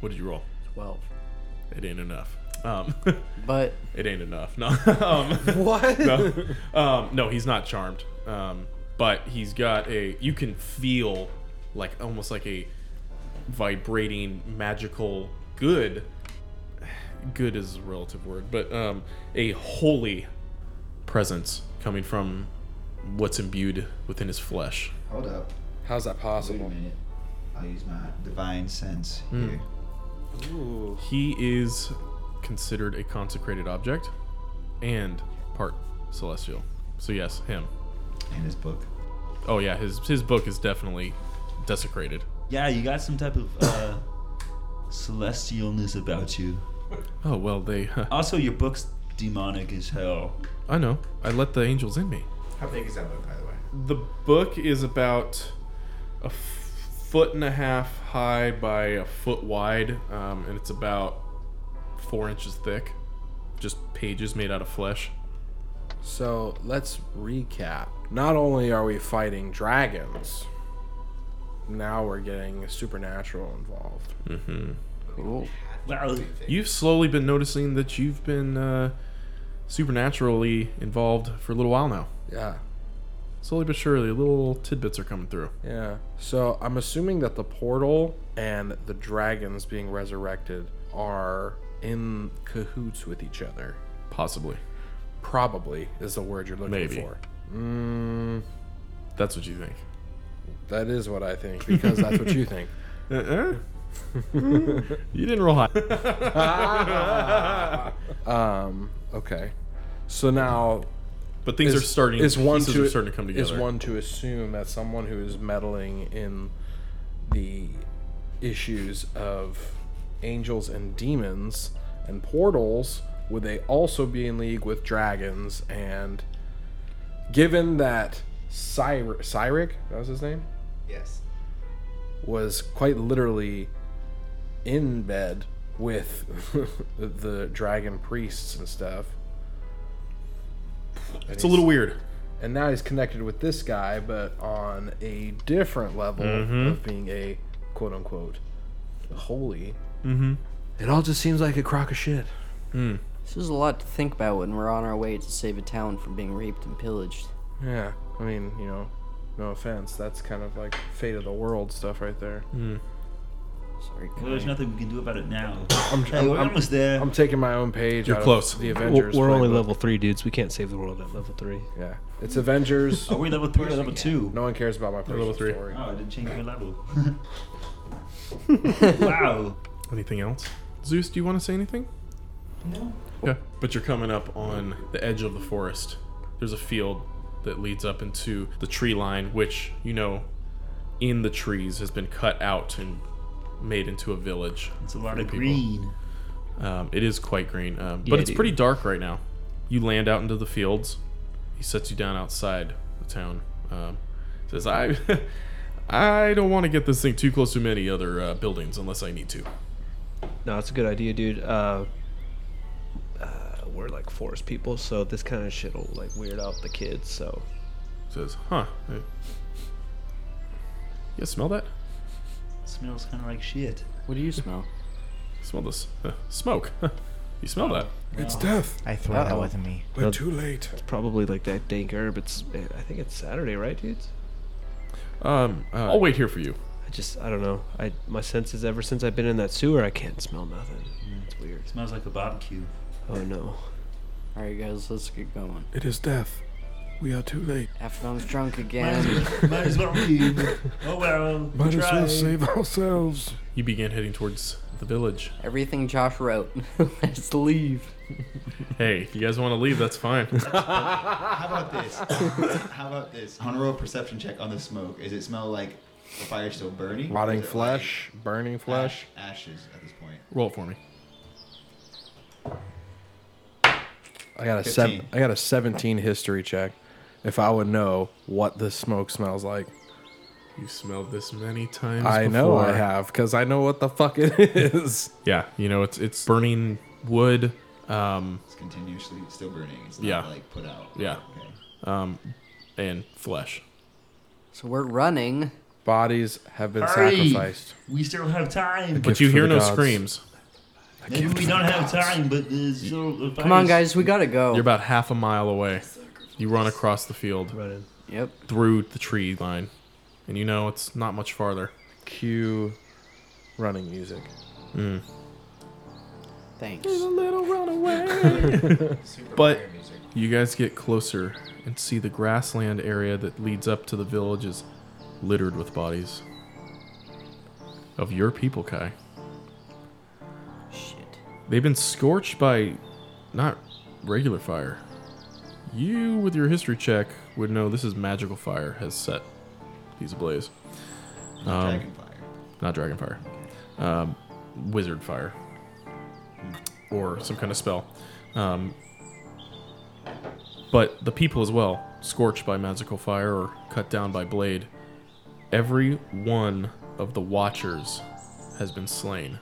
What did you roll?
12.
It ain't enough. Um, *laughs*
But
it ain't enough. No. *laughs* um,
What?
no. Um, no, he's not charmed. Um, but he's got a. You can feel like almost like a vibrating magical good good is a relative word but um a holy presence coming from what's imbued within his flesh
Hold up.
How's that possible?
Wait a minute. I'll use my divine sense
Hmm.
here.
He is considered a consecrated object and part celestial. So yes, him.
And his book.
Oh yeah, his his book is definitely desecrated.
Yeah, you got some type of uh, celestialness about you.
Oh well, they. *laughs*
also, your book's demonic as hell.
I know. I let the angels in me.
How big is that book, by the way?
The book is about a f- foot and a half high by a foot wide, um, and it's about four inches thick. Just pages made out of flesh.
So let's recap. Not only are we fighting dragons, now we're getting supernatural involved.
Mm-hmm.
Cool.
Wow.
You've slowly been noticing that you've been uh, supernaturally involved for a little while now.
Yeah.
Slowly but surely, little tidbits are coming through.
Yeah. So I'm assuming that the portal and the dragons being resurrected are in cahoots with each other.
Possibly.
Probably is the word you're looking
Maybe.
for. Mm,
That's what you think.
that is what I think because that's what you think.
*laughs* Uh-uh. you didn't roll high.
*laughs* um. Okay. So now,
But things are starting-
Is one
pieces
to
are starting to come
Is
together.
one to assume that someone who is meddling in the issues of angels and demons and portals would they also be in league with dragons? And given that Cyr- Cyric, that was his name,
Yes.
was quite literally in bed with *laughs* the dragon priests and stuff. And
It's a
he's-
little weird.
And now he's connected with this guy, but on a different level
Mhm.
of being a quote unquote holy.
Mm-hmm.
It all just seems like a crock of shit.
Hmm.
This is a lot to think about when we're on our way to save a town from being raped and pillaged.
Yeah. I mean, you know, no offense. That's kind of like fate of the world stuff right there.
Mm.
Sorry,
Well, there's
Kai.
nothing we can do about it now.
I'm,
Hey,
I'm-
we're
I'm-
almost there.
I'm taking my own page.
You're
out of
close.
The
We're-
Avengers.
We're only
playbook.
level three dudes. We can't save the world at level three.
Yeah. It's Avengers.
Are we level three or level two?
No one cares about my personal
level three.
story.
Oh, I didn't change my
*laughs*
level. wow.
*laughs* Anything else? *laughs* Zeus, do you want to say anything? No. Okay. But you're coming up on the edge of the forest. There's a field that leads up into the tree line, which, you know, in the trees has been cut out and made into a village.
It's a lot
for
of
people.
green.
Um, it is quite green, um,
Yeah,
but it's
dude.
pretty dark right now. You land out into the fields. He sets you down outside the town. Um, says, "I, *laughs* I don't want to get this thing too close to many other uh, buildings unless I need to."
No, it's a good idea, dude. Uh, uh, we're like forest people, so this kind of shit will like weird out the kids. So
Says, "Huh? uh, You guys smell that?
smells kind of like shit.
What do you smell?
Smell this uh, smoke? *laughs* you smell that?
It's death.
I throw that with me.
We're
No.
too late.
it's probably like that dank herb. It's I think it's Saturday, right, dudes?
Um, uh, I'll wait here for you."
I just I don't know. I my senses ever since I've been in that sewer, I can't smell nothing.
Mm.
It's weird.
smells like a barbecue.
Oh no.
All right, guys, let's get going.
It is death. We are too late.
Afton's drunk
Might as
again.
well, might as well
*laughs*
leave. Oh well.
Might as
try.
well save ourselves.
You begin heading towards the village.
Everything Josh wrote. *laughs* let's leave.
hey, if you guys want to leave,
*laughs*
that's fine.
How about this? How about this? On roll a perception check on the smoke. Is it smell like the fire still burning? Or
Rotting
is it like
flesh, burning
ash-
flesh.
ashes at this point.
Roll it for me.
I got a
15.
seven. I got a seventeen history check. If I would know what this smoke smells like,
You smelled this many times.
I know I
before.
have because I know what the fuck it *laughs* is.
Yeah, you know, it's it's burning wood. Um,
It's continuously still burning. It's not
Yeah.
like put out.
Yeah.
Okay.
um, and flesh.
So we're running.
Bodies have been
Hurry.
sacrificed.
We still have time.
But
gift
you
for
hear
the
no
gods.
screams.
Maybe we don't have time, but there's still the
Come on,
fire's-
guys, we gotta go.
You're about half a mile away. You run across the field
Running.
Yep.
through the tree line, and you know it's not much farther.
Cue running music.
Hmm. Thanks.
little
runaway.
but you guys get closer and see the grassland area that leads up to the village is littered with bodies of your people, Kai. Shit. They've been scorched by not regular fire. You, with your history check, would know this is magical fire has set these ablaze.
Not dragon
fire. Not dragon fire. Um, wizard fire. Or some kind of spell. Um, but the people as well, scorched by magical fire or cut down by blade, every one of the watchers has been slain.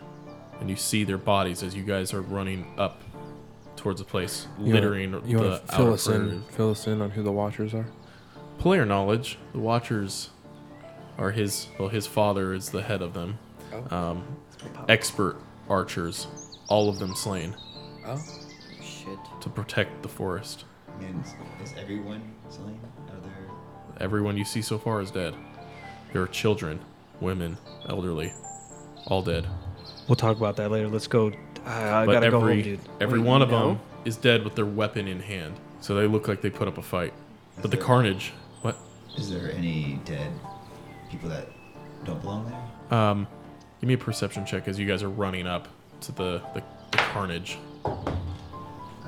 And you see their bodies as you guys are running up towards the place,
You wanna-
littering
you wanna
the
fill
outer
us in?
perimeter.
Fill us in on who the Watchers are.
Player knowledge, the watchers are his, well, his father is the head of them.
Oh.
Um, expert archers, all of them slain
Oh,
shit.
to protect the forest.
And is everyone slain? Are there
Everyone you see so far is dead. There are children, women, elderly, all dead.
We'll talk about that later. Let's go. I, I
But
gotta
every,
go home, dude.
Every
Wait,
one of
no?
them is dead with their weapon in hand. So they look like they put up a fight. but the
there-
carnage. What?
is there any dead people that don't belong there?
Um, give me a perception check as you guys are running up to the, the, the carnage.
I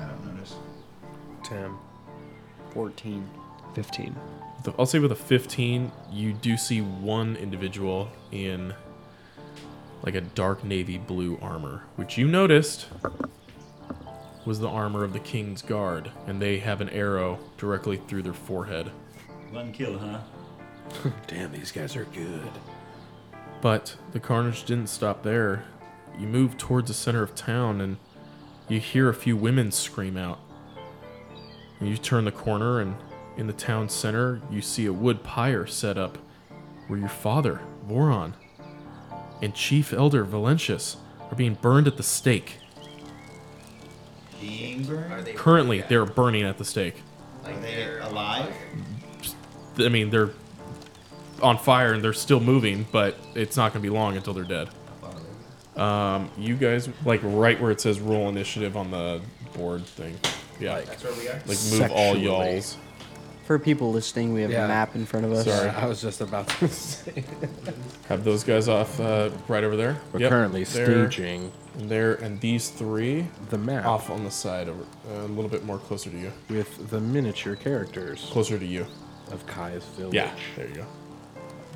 don't notice.
10,
14,
15.
The- I'll say with a 15, you do see one individual in like a dark navy blue armor, which you noticed was the armor of the king's guard, and they have an arrow directly through their forehead.
One kill, huh?
*laughs*
Damn, these guys are good.
But the carnage didn't stop there. You move towards the center of town and you hear a few women scream out. And you turn the corner and in the town center you see a wood pyre set up where your father, Voron, and Chief Elder Valentius are being burned at the stake.
Being burned? Are they
*laughs*
Currently they're burning at the stake.
Are they alive?
I mean they're on fire and they're still moving, but it's not going to be long until they're dead. Um, you guys like right where it says roll initiative on the board thing. Yeah,
That's where we are?
Like move all
Sexually.
y'alls.
For people listening, we have a map in front of us.
Sorry,
I was just about to *laughs* say.
Have those guys off uh, right over there.
We're currently staging.
There and these three.
The map
off on the side, over, uh, a little bit more closer to you.
With the miniature characters.
Closer to you.
Of Kai's village.
Yeah, there you go.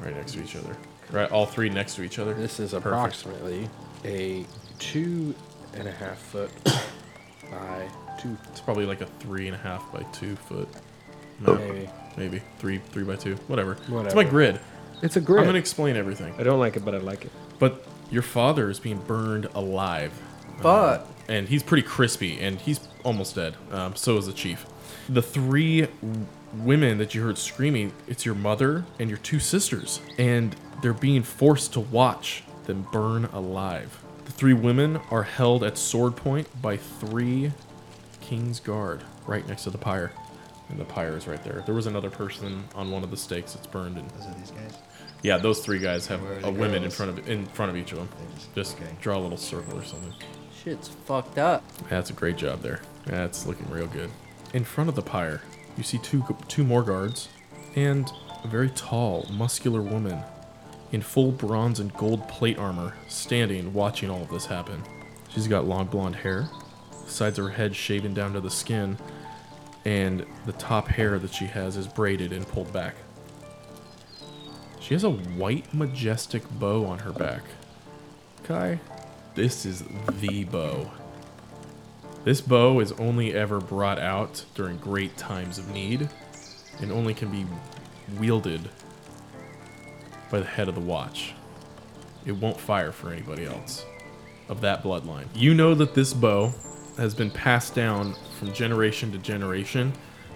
Right next to each other. Right, all three next to each other.
This is approximately a two and a half foot by two.
It's probably like a three and a half by two foot.
Maybe.
Maybe three three by two. Whatever. It's
Whatever.
my grid.
It's a grid.
I'm gonna explain everything. I
don't like it, but I like it.
But your father is being burned alive. But and he's pretty crispy, and he's almost dead. Um, so is the chief. The three w- women that you heard screaming, it's your mother and your two sisters, and they're being forced to watch them burn alive. The three women are held at sword point by three King's Guard right next to the pyre. And the pyre is right there. There was another person on one of the stakes that's burned. And
those are these guys.
Yeah, those three guys have
Where are the
a women in
girls?
front of in front of each of them. Just draw a little circle or something.
Shit's fucked up.
That's a great job there. That's looking real good. In front of the pyre, you see two two more guards and a very tall, muscular woman in full bronze and gold plate armor standing watching all of this happen. She's got long blonde hair, sides of her head shaven down to the skin, and the top hair that she has is braided and pulled back. She has a white majestic bow on her back. Kai, this is the bow. This bow is only ever brought out during great times of need and only can be wielded by the head of the watch. It won't fire for anybody else of that bloodline. You know that this bow has been passed down from generation to generation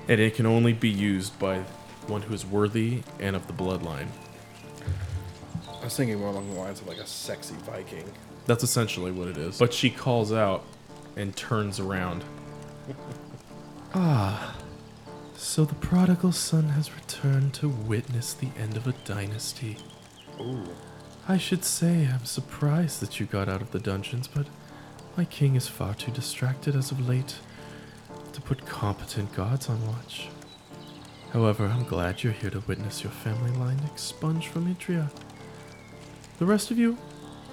and it can only be used by one who is worthy and of the bloodline.
I was thinking more along the lines of like a sexy Viking.
That's essentially what it is. But she calls out and turns around. Ah. So the prodigal son has returned to witness the end of a dynasty.
Ooh.
I should say I'm surprised that you got out of the dungeons, but my king is far too distracted as of late to put competent guards on watch. However, I'm glad you're here to witness your family line expunge from Idria. The rest of you,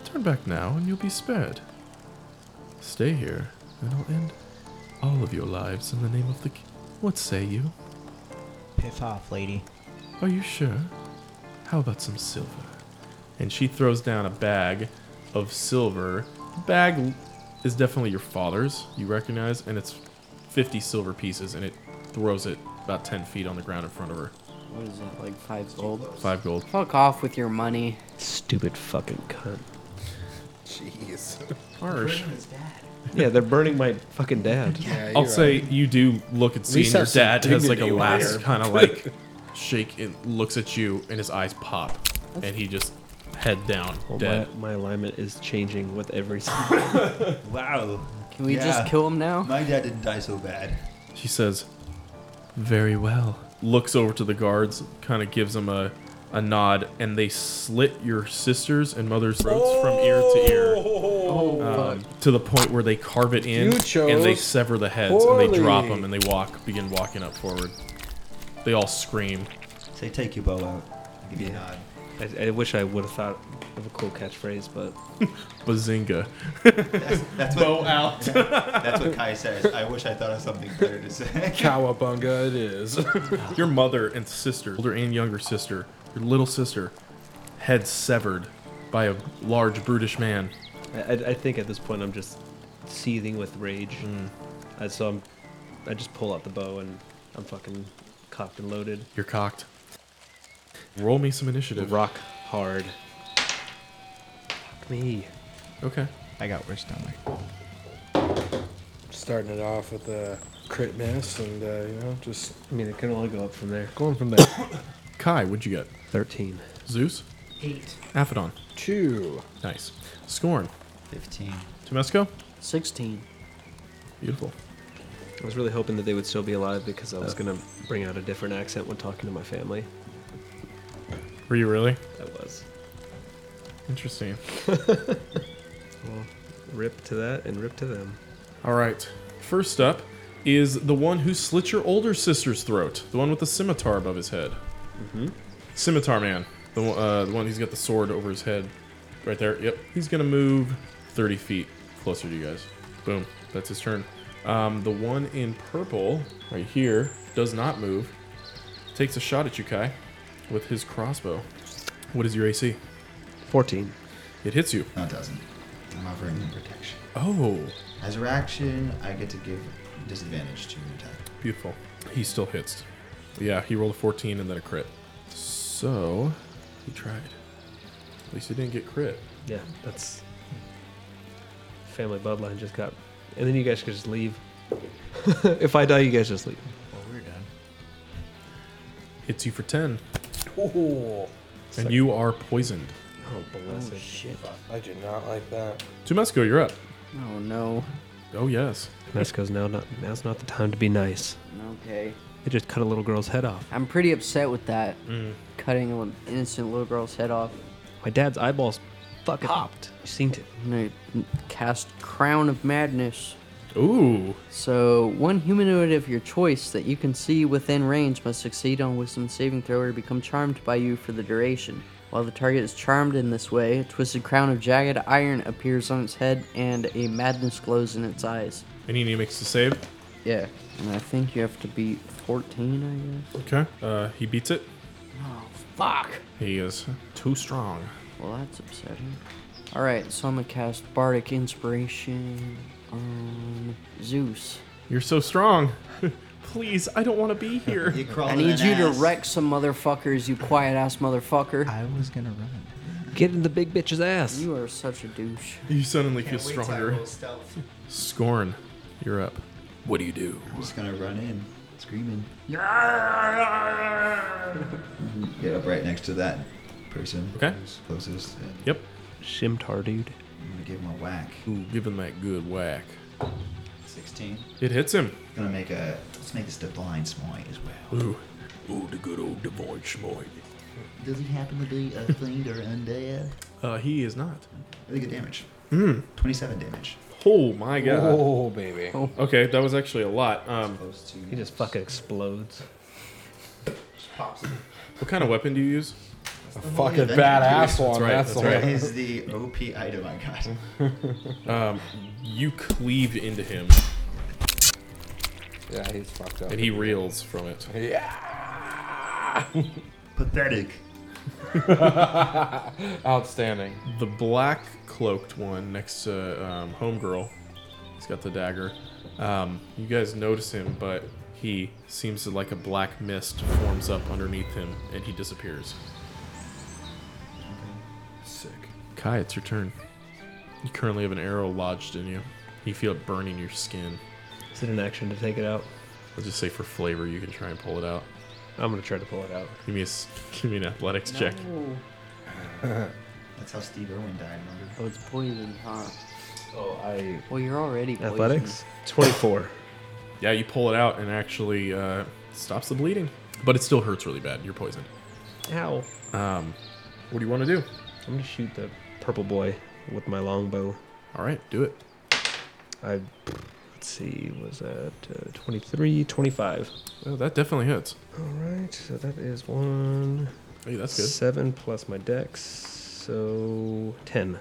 turn back now and you'll be spared. Stay here, and I'll end all of your lives in the name of the. Ki- what say you?
Piff off, lady.
Are you sure? How about some silver? And she throws down a bag of silver. Bag is definitely your father's, you recognize, and it's 50 silver pieces, and it throws it about 10 feet on the ground in front of her.
What is that, like five gold?
Five gold.
Fuck off with your money.
Stupid fucking cunt.
Jeez.
Harsh.
*laughs* Yeah, they're burning my fucking dad.
I'll say you do look at
At
see, and
least
your
have some
dad has like a
dignity over
last
here. *laughs*
kind of like shake and looks at you, and his eyes pop, and he just head down,
Well, my,
dead.
my alignment is changing with *laughs* every. s-
Wow.
Can we just kill him now?
My dad didn't die so bad.
She says, Very well. Looks over to the guards, kind of gives them a, a nod, and they slit your sister's and mother's throats from ear to ear. um, to the point where they carve it in
Oh, You chose
and they sever the heads and they drop
poorly.
them and they walk, begin walking up forward. They all scream.
Say, take your bow out. Give you a nod.
I, I wish I would have thought of a cool catchphrase, but
*laughs* bazinga.
That's, that's
Bow
what, *laughs*
out.
that's what Kai says. I wish I thought of something better to
*laughs*
say.
Cowabunga, it is. *laughs*
your mother and sister, older and younger sister, your little sister, head severed by a large brutish man.
I, I, I think at this point I'm just seething with rage.
Mm.
Uh, so I'm, I just pull out the bow and I'm fucking cocked and loaded.
You're cocked. Roll me some initiative.
Rock hard. Fuck me.
Okay.
I got worse stomach.
Starting it off with a crit miss and, uh, you know, just.
I mean, it can only go up from there.
Going from
*coughs*
there.
Kai, what'd you get?
13.
Zeus?
Eight.
Aphodon?
Two.
Nice. Scorn?
15.
Tomesco?
16.
Beautiful.
I was really hoping that they would still be alive because I was
Uh.
going to bring out a different accent when talking to my family.
Were you really?
I was.
Interesting.
Well, rip to that and rip to them.
All right. First up is the one who slit your older sister's throat, the one with the scimitar above his head.
Mm-hmm.
Mhm.
Scimitar man, the one- uh, the one who's got the sword over his head, right there. Yep. He's gonna move 30 feet closer to you guys. Boom. That's his turn. Um, the one in purple right here does not move. Takes a shot at you, Kai, with his crossbow. What is your AC?
14.
It hits you.
No, it doesn't. I'm offering him protection.
Oh.
As a reaction, I get to give disadvantage to an attack.
Beautiful. He still hits. Yeah, he rolled a 14 and then a crit. So, he tried. At least he didn't get crit.
Yeah, that's. Family bloodline just got. And then you guys could just leave. *laughs* if I die, you guys just leave.
Well, we're done.
Hits you for 10.
Oh,
And you are poisoned.
Oh, blessed.
shit. I do not like that.
Tumesco, you're up.
Oh, no.
Oh, yes.
Mesco's now not now's not the time to be nice.
Okay.
They just cut a little girl's head off.
I'm pretty upset with that.
Mm.
Cutting an innocent little girl's head off.
My dad's eyeballs fucking popped. You seen it.
I'm gonna cast Crown of Madness.
Ooh.
So, one humanoid of your choice that you can see within range must succeed on Wisdom saving throw or become charmed by you for the duration. While the target is charmed in this way, a twisted crown of jagged iron appears on its head and a madness glows in its eyes.
And he makes the save.
Yeah, and I think you have to beat 14, I guess.
Okay. Uh, he beats it.
Oh, fuck!
He is too strong.
Well, that's upsetting. Alright, so I'm gonna cast Bardic Inspiration on Zeus.
You're so strong. Please, I don't want
*laughs*
to be here.
I need you to wreck some motherfuckers, you quiet ass motherfucker.
I was gonna run.
Get in the big bitch's ass.
You are such a douche.
You suddenly feel
wait till I
stronger.
roll stealth.
Scorn, you're up. What do you do?
I'm just gonna run in, screaming. Get up right next to that person.
Okay.
who's Closest. And
Yep.
Shimtar dude.
I'm gonna give him a whack.
Ooh, give him that good whack.
16.
It hits him.
Gonna make a. Let's make this divine smite as well.
Ooh. Ooh, the good old divine schmoy.
Does he happen to be a fiend or uh, undead?
Uh, he is not.
Really good damage.
Hmm.
27 damage.
Oh my god.
Oh, baby.
Okay, that was actually a lot. Um,
he just fucking explodes.
Pops.
*laughs* What kind of weapon do you use?
A
Holy Avenger, dude. That is the OP item I
*laughs*
got.
um, you cleaved into him.
Yeah, he's fucked up.
And he reels from it.
*laughs* Yeah. *laughs*
Pathetic.
Outstanding. The black cloaked one next to um, Homegirl. He's got the dagger. Um, you guys notice him, but he seems to like a black mist forms up underneath him and he disappears. Sick. Kai, it's your turn. You currently have an arrow lodged in you. You feel it burning your skin.
Is it an action to take it out?
I'll just say for flavor, you can try and pull it out.
I'm gonna try to pull it out.
Give me a, s- *laughs* give me an athletics check.
*laughs* That's how Steve Irwin died. Remember?
Oh, it's poison, huh?
Oh, I.
Well, you're already poisoned.
Athletics? 24.
Yeah, you pull it out and actually uh, stops the bleeding, but it still hurts really bad. You're poisoned.
Ow.
Um, what do you want to do?
I'm gonna shoot the purple boy with my longbow.
All right, do it.
I let's see, was that uh, 23, 25?
Oh, that definitely hits.
All right, so that is one.
Hey, that's good.
Seven plus my dex, so ten.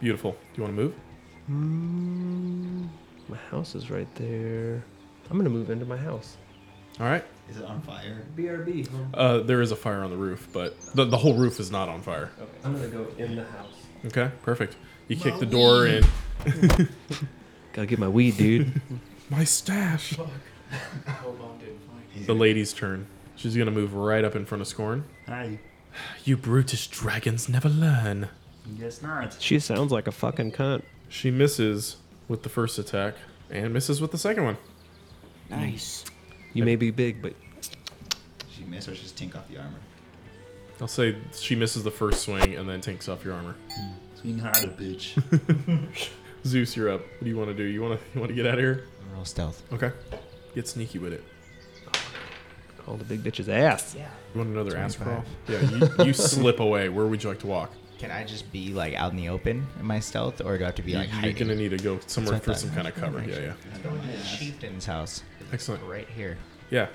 Beautiful. Do you want to move?
Mm, my house is right there. I'm gonna move into my house.
All right.
Is it on fire?
BRB.
Uh, there is a fire on the roof, but the, the whole roof is not on fire.
Okay, I'm gonna go in the house.
Okay, perfect. You kick
My
the door in.
*laughs* Gotta get my weed, dude.
My stash.
He's
The lady's turn. She's gonna move right up in front of Scorn.
Hi.
You brutish dragons never learn.
Guess not.
she sounds like a fucking cunt.
She misses with the first attack and misses with the second one.
Nice.
You may be big, but
She missed or she just tink off the armor.
I'll say she misses the first swing and then takes off your armor.
Swing harder, bitch.
*laughs* Zeus, you're up. What do you want to do? You want to you want to get out of here?
Roll stealth.
Okay. Get sneaky with it.
all the big bitch's ass.
Yeah.
You want another ass crawl?
25.
Yeah.
*laughs*
You, you slip away. Where would you like to walk?
Can I just be like out in the open in my stealth, or do I have to be
You-
like
you're
hiding?
gonna need to go somewhere
That's
for
what I
some
thought.
kind of cover.
Okay.
Yeah, yeah.
Let's go to the chieftain's house.
Excellent.
Right here.
Yeah.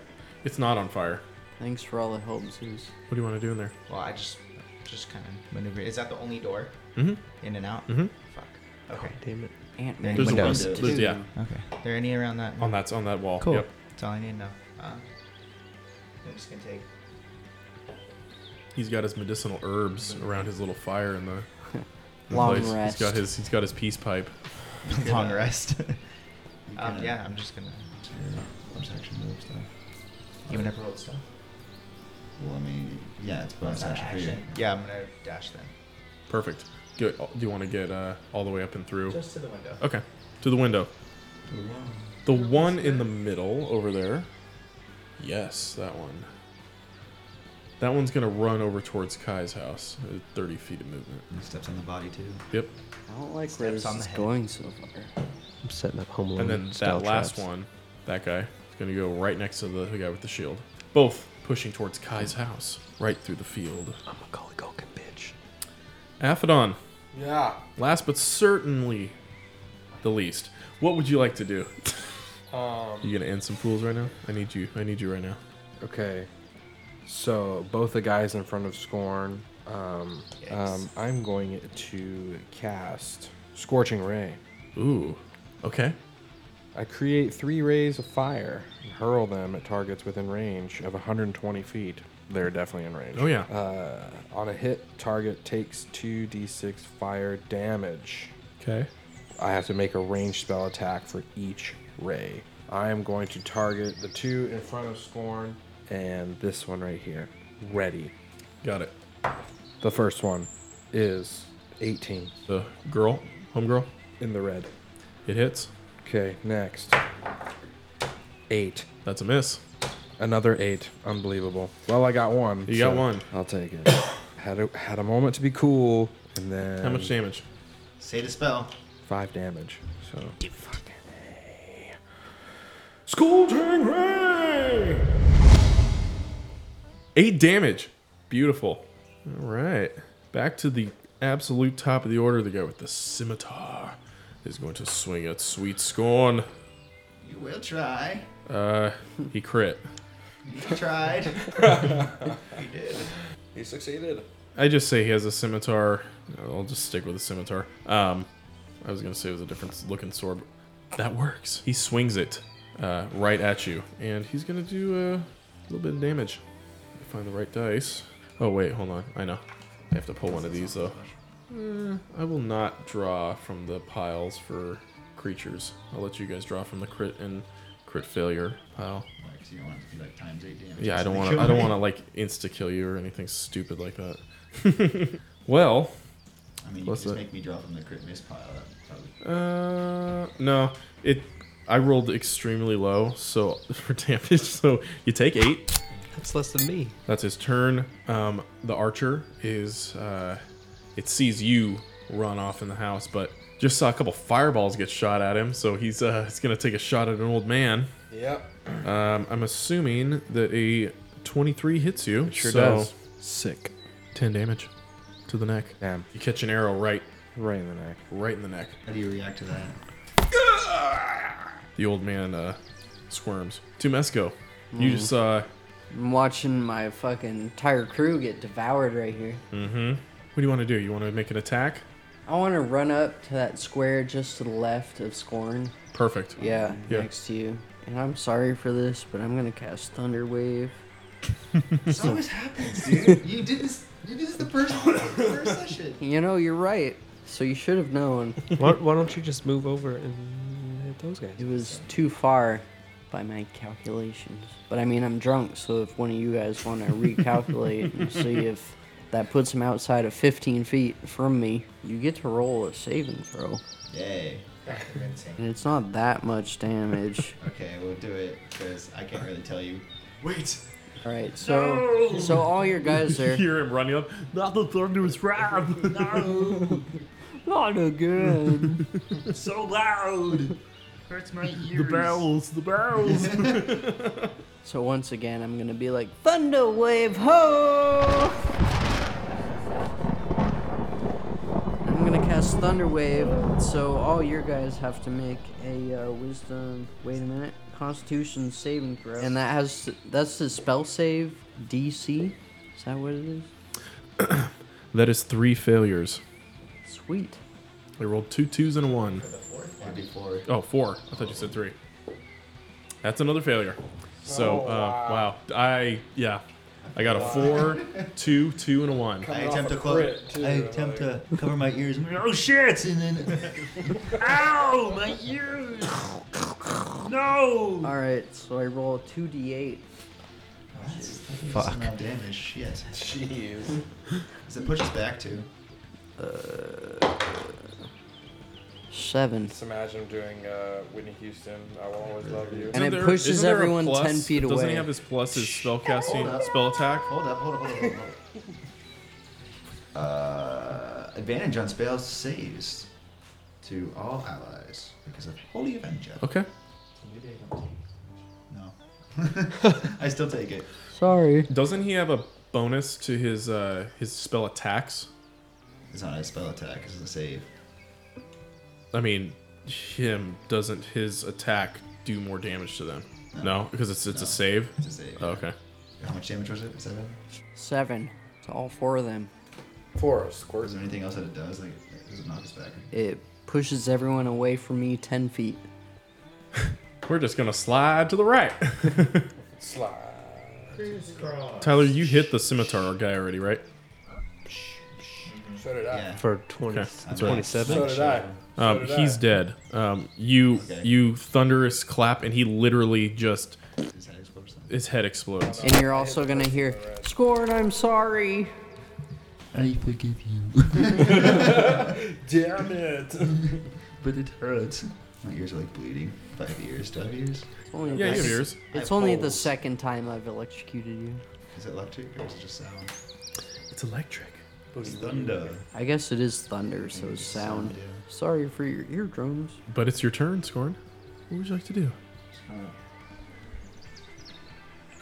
It's not on fire.
Thanks for all the help, Zeus.
What do you want to do in there?
Well, I just, just kind of maneuver. Is that the only door?
Mhm.
In and out.
Mhm.
Fuck. Okay.
Damn it.
Ant
There
Man.
any
There's a
windows?
window. There's- yeah.
Okay. There any around that?
On that on that wall.
Cool.
Yep.
That's all I need to know. Uh, I'm just gonna take.
He's got his medicinal herbs around his little fire in the. the
Long
place.
rest.
He's got his he's got his peace pipe.
*laughs* Long rest. *laughs* um,
could, uh,
yeah, I'm just gonna.
Bonus action move stuff.
You would never rolled stuff.
Well, I mean, yeah, it's
That's
bonus
not
action for you.
action. Yeah, I'm gonna dash then.
Perfect. Good. Do you want to get uh, all the way up and through?
Just to the window.
Okay. To the window. The one in the middle over there. Yes, that one. That one's gonna run over towards Kai's house. uh, Thirty feet of movement.
Steps on the body too.
Yep.
I don't like where
Steps
this
on the
is
head.
going so far.
I'm setting up home alone.
And then
style
that last
traps.
one, that guy, is gonna go right next to the, the guy with the shield. Both pushing towards Kai's house, right through the field.
I'm a Macaulay Culkin bitch.
Aphodon,
Yeah.
last but certainly the least, what would you like to do?
Um.
You gonna end some fools right now? I need you. I need you right now.
Okay. So both the guys in front of Scorn. Um, um, I'm going to cast Scorching Ray.
Ooh. Okay.
I create three rays of fire and hurl them at targets within range of 120 feet. They're definitely in range.
Oh yeah.
Uh, on a hit, target takes 2d6 fire damage.
Okay.
I have to make a ranged spell attack for each ray. I am going to target the two in front of Scorn and this one right here. Ready.
Got it.
The first one is 18
The girl, homegirl,
in the red.
it hits.
Okay, next. 8.
That's a miss.
Another 8. Unbelievable. Well, I got one.
You got one.
I'll take it. *coughs* had a, had a moment to be cool and then
How much damage?
Say the spell.
5 damage. So
Scorching Ray! Eight damage. Beautiful. All right. Back to the absolute top of the order, the guy with the scimitar is going to swing at Sweet Scorn.
You will try.
Uh, he crit.
You
*laughs*
tried. you did.
He succeeded.
I just say he has a scimitar. I'll just stick with the scimitar. Um, I was gonna say it was a different looking sword. But that works. He swings it uh, right at you, and he's gonna do uh, a little bit of damage. If I Find the right dice. Oh wait, hold on. I know. I have to pull one of these though. Eh, I will not draw from the piles for creatures. I'll let you guys draw from the crit and crit failure pile.
So you want it to be like times eight damage.
Yeah, I
So
don't
they
want to.
kill
I don't
me.
want to like insta kill you or anything stupid like that. *laughs* well,
I mean, you
what's
just
that?
make me draw from the crit miss pile. That probably
Uh, no, it. I rolled extremely low, so *laughs* for damage. So you take eight.
That's less than me.
That's his turn. Um, the archer is. Uh, it sees you run off in the house, but just saw a couple fireballs get shot at him. So he's uh, he's gonna take a shot at an old man.
Yep.
Um, I'm assuming that a 23 hits you.
It sure
so
does.
Sick. 10 damage to the neck.
Damn.
You catch an arrow right.
Right in the neck.
Right in the neck.
How do you react to that?
The old man uh, squirms. Tumesco, you
Hmm.
Mm.
just uh, saw.
I'm watching my fucking entire crew get devoured right here.
Mm-hmm. What do you want to do? You want to make an attack?
I want to run up to that square just to the left of Scorn.
Perfect.
Yeah,
Yeah.
next to you. And I'm sorry for this, but I'm gonna cast Thunder Wave.
*laughs*
This always happens, dude. You did this. You did this the first, first session.
You know, you're right. So you should have known.
why, why don't you just move over and hit those guys?
It was too far by my calculations. But I mean, I'm drunk, so if one of you guys want to recalculate and
*laughs*
see if that puts him outside of 15 feet from me, you get to roll a saving throw.
Yay. Convincing.
And it's not that much damage. *laughs*
Okay, we'll do it because I can't really tell you. Wait.
All right, so so all your
*laughs*
guys are
hear him running up. Not the thunderous rap.
*laughs* No.
not again.
so loud. Hurts my ears. *laughs*
the barrels.
so once again, I'm gonna be like Thunder Wave Ho! I'm gonna cast Thunder Wave, so all your guys have to make a uh, Wisdom. Wait a minute, Constitution saving throw, and that has that's the spell save DC. Is that what it is?
that is three failures.
Sweet.
I rolled two twos and a one.
That'd be four.
Oh, four. I thought you said three. That's another failure. So,
Oh,
uh, wow. I, yeah. I got a four, two, two, and a one.
I attempt to close. I attempt to cover my ears. Oh shit! And then, ow, my ears. *laughs* No.
All right, so I roll two d8.
Fuck. Damage. Shit. Jeez. Does it push us back to?
Uh, Seven.
Just imagine him doing uh, Whitney Houston. I will always love you.
And it
there-
pushes
isn't there a
everyone 10 feet
Doesn't
away.
he have his plus, his spell casting,
Hold up.
spell attack?
Hold up. Hold up. Hold up. Hold up. Hold up. *laughs* Uh, advantage on spell saves to all allies because of Holy Avenger.
Okay.
No. I still take it.
Sorry.
Doesn't he have a bonus to his uh, his spell attacks?
It's not a spell attack. It's a save.
I mean, him doesn't his attack do more damage to them? No, because it's it's a save. Oh, It's
a save.
okay.
How much damage was it? Seven.
Seven. To all four of them.
Four, of course.
Is there anything else that it does? Like, does it knock us back?
It pushes everyone away from me 10 feet.
*laughs* We're just gonna slide to the right.
Slide.
*laughs* Tyler, you hit the scimitar guy already, right?
So did I.
For 20,
Okay. That's right.
27?
So did I. So
Um,
did
he's
I.
dead. Um, you you thunderous clap, and he literally just his head explodes.
And you're also gonna hear, Scorn, I'm sorry.
I forgive you.
Damn it.
*laughs* But it hurts. My ears are like bleeding. Do I have ears? Do I have ears?
It's only
Yeah, you
the-
have yours.
It's
I have
only the
holes.
second time I've electrocuted you.
Is it electric or is it just sound?
It's electric.
It's thunder.
I guess it is thunder, so it's sound. Sorry for your eardrums.
But it's your turn, Scorn. What would you like to do?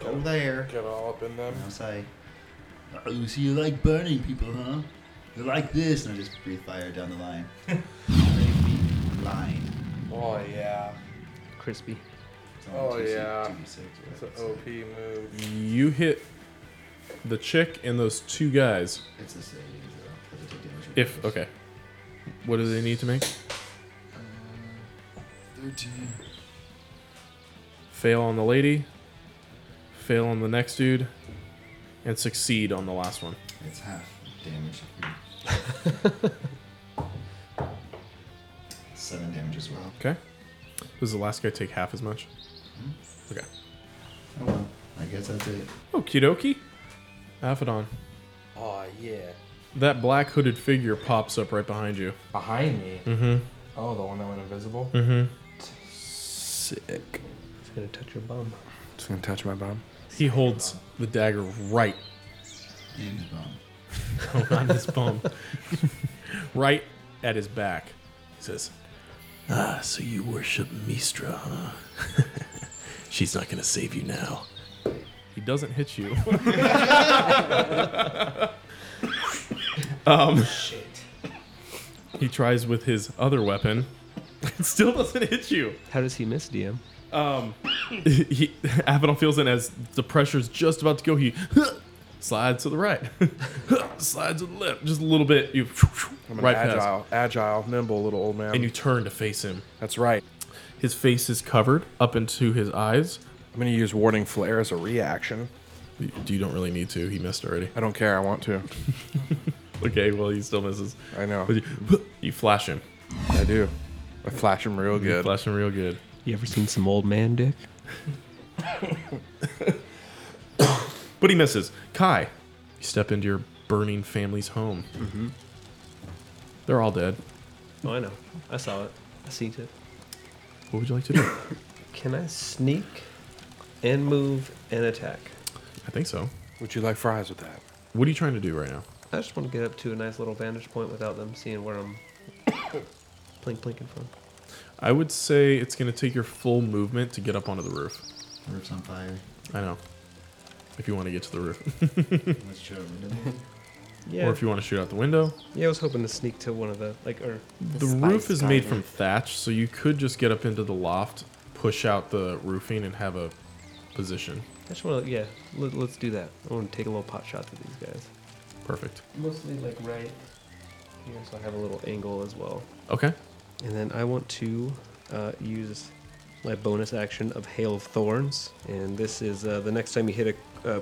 Go there.
Get all up in them.
I'll say. Oh, so you like burning people, huh? They're like this, and I just breathe fire down the line. *laughs* Thirty feet line.
Oh yeah.
Crispy.
Oh
Two C-
yeah.
two D6,
It's an OP move.
You hit the chick and those two guys.
It's a saving throw. Does it take damage?
If okay, what do they need to make?
Thirteen.
Fail on the lady, fail on the next dude, and succeed on the last one.
It's half damage.
*laughs*
Seven damage as well.
Okay. Does the last guy take half as much? Okay.
Oh well. I guess that's it.
Oh, Kidoki. Aphodon.
Oh yeah.
That black hooded figure pops up right behind you.
Behind me.
Mm-hmm.
Oh, the one that went invisible.
Mm-hmm.
Sick.
It's gonna touch your bum.
It's gonna touch my bum.
He holds the dagger right
In his bone.
*laughs* no, not his bum. right at his back. He says, Ah, so you worship Mistra, huh? *laughs* She's not gonna save you now. He doesn't
*laughs*
hit you. um, Shit. He tries with his other weapon. *laughs* It still doesn't hit you.
How does he miss DM?
Um, *laughs* he, Abaddon feels it as the pressure's just about to go. He *laughs* slides to the right, *laughs* slides to the left, just a little bit. You *laughs*
I'm an
right past,
agile, agile, nimble little old man.
and you turn to face him.
That's right.
His face is covered up into his eyes.
I'm gonna use warding flare as a reaction.
You you don't really need to. He missed already.
I don't care. I want to.
*laughs* Okay, well he still misses.
I know.
But You, you flash him.
I do. I flash him real
You
good.
flash him real good.
You ever seen some old man dick?
But he misses. Kai, you step into your burning family's home. Mm-hmm. They're all dead.
Oh, I know. I saw it. I seen it.
What would you like
*laughs*
to do?
Can I sneak and move and attack?
I think so.
Would you like fries with that?
What are you trying to do right now?
I just want to get up to a nice little vantage point without them seeing where I'm *coughs* plink plinking from.
I would say it's going to take your full movement to get up onto the roof.
Roof's on fire.
I know. If you want to get to the roof, *laughs*
Let's show them.
Yeah.
or if you want to shoot out the window,
*laughs* yeah, I was hoping to sneak to one of the like or
the, roof is made from thatch, so you could just get up into the loft, push out the roofing, and have a position.
I just want to yeah. Let, let's do that. I want to take a little pot shot to these guys.
Perfect.
Mostly like right here, so I have a little angle as well.
Okay.
And then I want to uh, use my bonus action of Hail of Thorns. And this is uh, the next time you hit a. Uh,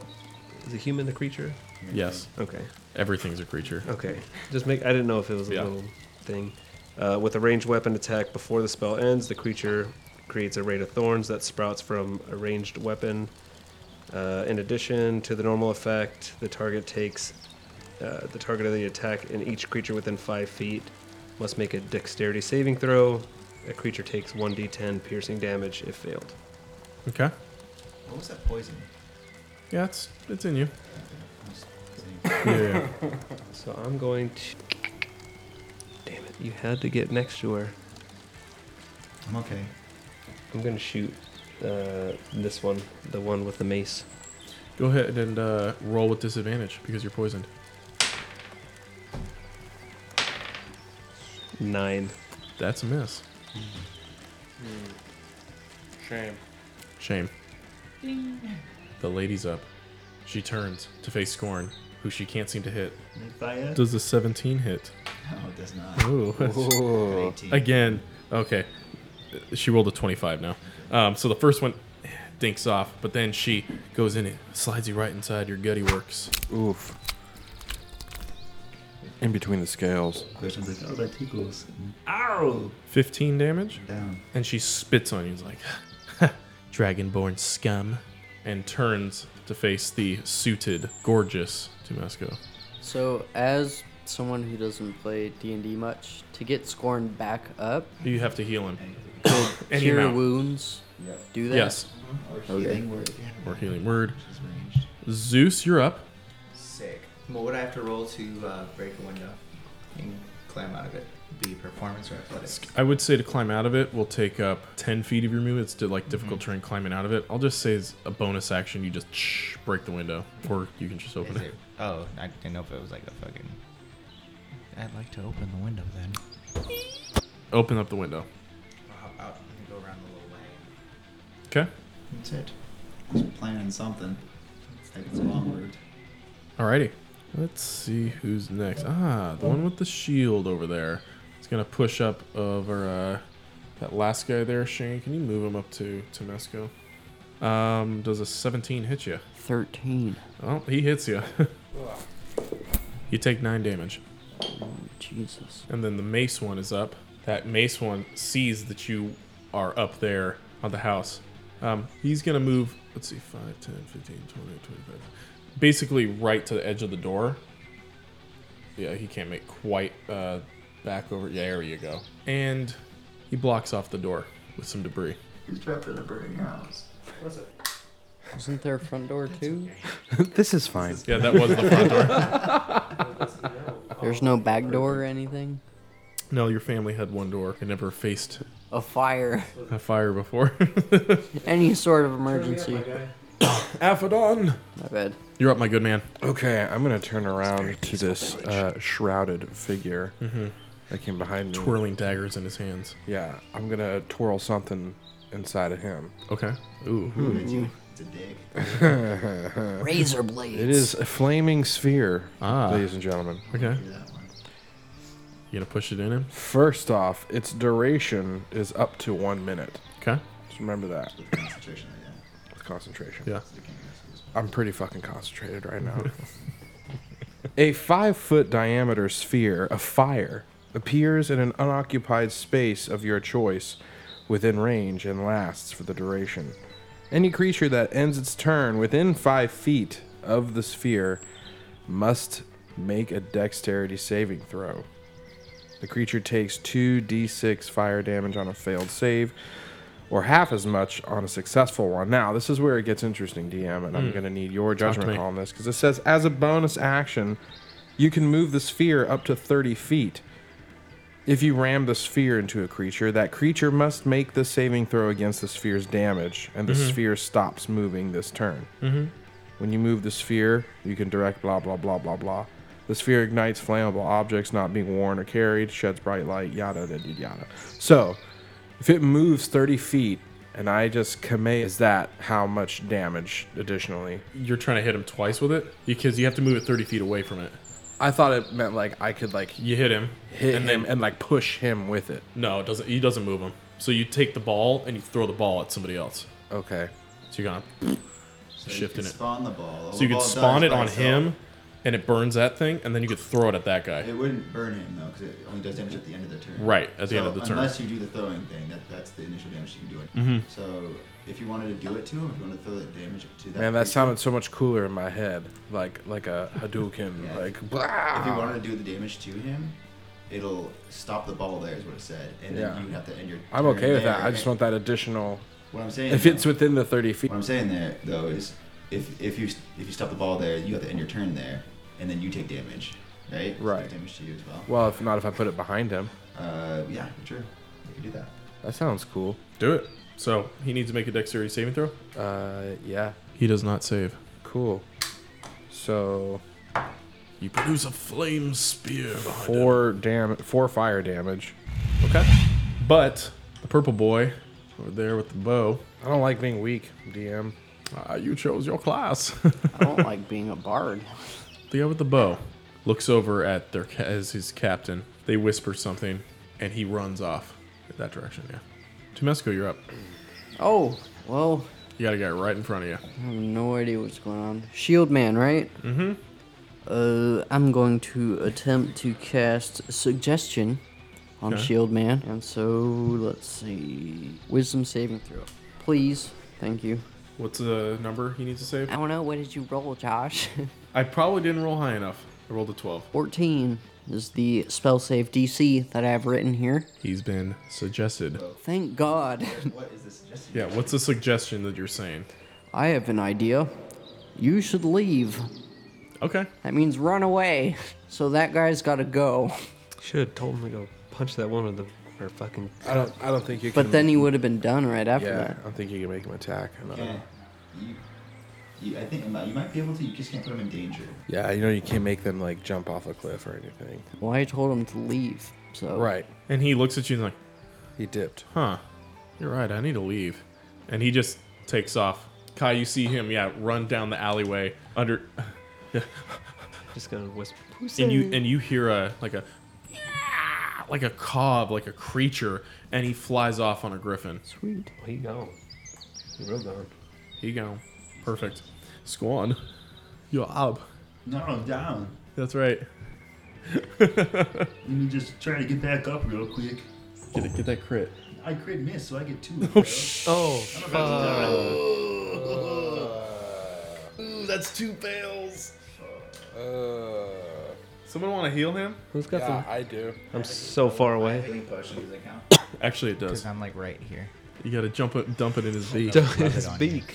is a human the creature?
Yes.
Okay.
Everything's a creature.
Okay. Just make. I didn't know if it was a
Yeah.
little thing. Uh, with a ranged weapon attack before the spell ends, the creature creates a raid of thorns that sprouts from a ranged weapon. Uh, in addition to the normal effect, the target takes uh, the target of the attack, and each creature within five feet must make a dexterity saving throw. A creature takes 1d10 piercing damage if failed.
Okay.
What was that poison?
Yeah, it's it's in you.
I was saying-
Yeah.
*laughs* So I'm going to. Damn it! You had to get next to her.
I'm okay.
I'm gonna shoot uh, this one, the one with the mace.
Go ahead and uh, roll with disadvantage because you're poisoned.
Nine.
That's a miss.
Shame.
Shame. The lady's up. She turns to face Scorn, who she can't seem to hit.
Make fire?
Does a 17 hit?
No, it does not. *laughs*
Ooh.
Ooh.
18.
Again. Okay. She rolled a 25 now. Um, so the first one dinks off, but then she goes in and slides you right inside your gutty works.
Oof. In between the scales.
Question's like, oh, that tickles. Ow!
15 damage,
Down.
and she spits on you. It's like, *laughs* Dragonborn scum. And turns to face the suited, gorgeous Tumesco.
So, as someone who doesn't play D and D much, to get Scorn back up,
You have to heal him.
to
*coughs* Any
cure
amount.
wounds, do that.
Yes.
Or healing word. Yeah.
Or healing word.
It's ranged.
Zeus, you're up.
Sick. What would I have to roll to uh, break a window and climb out of it? Be performance or athletics?
I would say to climb out of it will take up 10 feet of your move. It's di- like difficult
Mm-hmm.
terrain climbing out of it. I'll just say it's a bonus action. You just break the window, or you can just open
Is uh,
it.
it? Oh, I didn't know if it was like a fucking I'd like to open the window then.
Open up the window.
I'll hop out and go around the little way.
Okay.
That's it. He's planning something. It's taking his long route.
Alrighty. Let's see who's next. Ah, the one with the shield over there. He's gonna push up over uh, that last guy there, Shane. Can you move him up to Tomesco? Um, does a 17 hit you?
13.
Oh, he hits *laughs* you. you take nine damage.
Jesus.
And then the mace one is up. That mace one sees that you are up there on the house. Um, he's going to move, let's see, 5, 10, 15, 20, 25. Basically, right to the edge of the door. Yeah, he can't make quite uh, back over. Yeah, there you go. And he blocks off the door with some debris.
He's trapped in a burning house. What's it?
Isn't there a front door too?
*laughs* this is fine.
Yeah, that was the front
*laughs*
door. *laughs* There's no back door or anything.
No, your family had one door and never faced
A fire.
a fire before. *laughs*
Any sort of emergency.
*coughs*
Aphodon!
My bad.
You're up, my good man.
Okay, I'm gonna turn around to this uh, shrouded figure that came behind me.
Mm-hmm. Twirling daggers in his hands.
Yeah, I'm gonna twirl something inside of him.
Okay. Ooh.
Hmm.
It's a dig.
*laughs* Razor
blades.
It is a flaming sphere,
Ah.
ladies and gentlemen.
Okay. You gonna push it in him?
First off, its duration is up to one minute.
Okay.
Just remember that. With
concentration,
yeah. With concentration.
Yeah.
I'm pretty fucking concentrated right
*laughs*
now. a five foot diameter sphere of fire appears in an unoccupied space of your choice within range and lasts for the duration. Any creature that ends its turn within five feet of the sphere must make a dexterity saving throw. The creature takes 2d6 fire damage on a failed save, or half as much on a successful one. Now, this is where it gets interesting, DM, and I'm
Hmm.
going to need your
Talk to
judgment
me.
call on this because it says as a bonus action, you can move the sphere up to 30 feet. If you ram the sphere into a creature, that creature must make the saving throw against the sphere's damage, and the
Mhm.
sphere stops moving this turn.
Mhm.
When you move the sphere, you can direct blah blah blah blah blah. The sphere ignites flammable objects not being worn or carried, sheds bright light, yada yada yada, yada. So, if it moves 30 feet and I just command, is that how much damage additionally?
You're trying to hit him twice with it because you have to move it 30 feet away from it.
I thought it meant like I could like
You hit him,
hit
and
him
then
and like push him with it.
no, it doesn't. He doesn't move him. So you take the ball and you throw the ball at somebody else.
Okay.
So you're gonna
So you
shifting
can
it.
spawn the ball.
So
The
you could
ball
spawn
dies
it
by
on
itself.
him, and it burns that thing, and then you could throw it at that guy.
It wouldn't burn him though, because it only does damage at the end of the turn.
Right, at the end of the
So
turn.
Unless you do the throwing thing, that, that's the initial damage you can do. It.
Mm-hmm.
Mhm.
So if you wanted to do it to him, if you wanted to throw that damage to that.
Man, that
creature-
sounded so much cooler in my head. Like like a Hadouken. Like blah.
If you wanted to do the damage to him, it'll stop the ball there, is what it said, and
Yeah.
then you have to end your.
I'm
turn
okay with that.
there,
I just
and-
want that additional.
What I'm saying
If
though-
it's within the 30 feet.
What I'm saying there though is, if if you if you stop the ball there, you have to end your turn there, and then you take damage, right? So
Right.
Damage to you as well.
Well, if not, if I put it behind him.
Uh, yeah, sure. You can do that.
That sounds cool.
Do it. So he needs to make a dexterity saving throw.
Uh, yeah.
He does not save.
Cool. So
You produce a flame spear. behind him.
four dam, four fire damage.
Okay. But the purple boy over there with the bow.
I don't like being weak, DM.
Uh, you chose your class. *laughs*
I don't like being a bard.
The guy with the bow looks over at their ca- as his captain. They whisper something, and he runs off in that direction. Yeah, Tomesco, you're up.
Oh, well,
You got a guy right in front of you.
I have no idea what's going on. Shield Man, right?
Mm-hmm.
Uh, I'm going to attempt to cast Suggestion on
Okay.
Shield Man. And so, let's see. Wisdom saving throw. Please. Thank you.
What's the number he needs to save?
I don't know. What did you roll, Josh? *laughs*
I probably didn't roll high enough. I rolled a twelve.
14 is the spell save DC that I have written here.
He's been suggested.
Thank God.
What is the suggestion?
Yeah. What's the suggestion that you're saying?
I have an idea. You should leave.
Okay.
That means run away. So that guy's gotta go.
Should have told him to go punch that one with the her fucking.
I don't. I don't think you.
But
can,
then he would have been done right after
Yeah,
that.
I don't think you can make him attack. I don't know.
Yeah. You, You, I think um, you might be able to. You just can't put them in danger.
Yeah, you know you can't make them like jump off a cliff or anything.
Well, I told him to leave. So
right,
and he looks at you and like,
he dipped.
Huh? You're right. I need to leave. And he just takes off. Kai, you see him, yeah, run down the alleyway under.
*laughs* just gonna whisper.
And you and you hear a like a like a cob, like a creature, and he flies off on a griffin.
Sweet.
He gone. He real gone.
He gone. Perfect. Squan, you're up.
No, I'm down.
That's right.
Let me just try to get back up real quick.
Get it, get that crit.
I crit miss, so I get two. bro.
Oh,
I'm about to die.
Uh,
Ooh, that's two fails. Someone want to heal him?
Who's got
Yeah,
the?
I do.
I'm so far away.
Healing potion, does it count?
*coughs* Actually, it does.
Because I'm like right here.
You gotta jump it, dump it in his beak.
Don't-
Rub it
His
on you.
beak.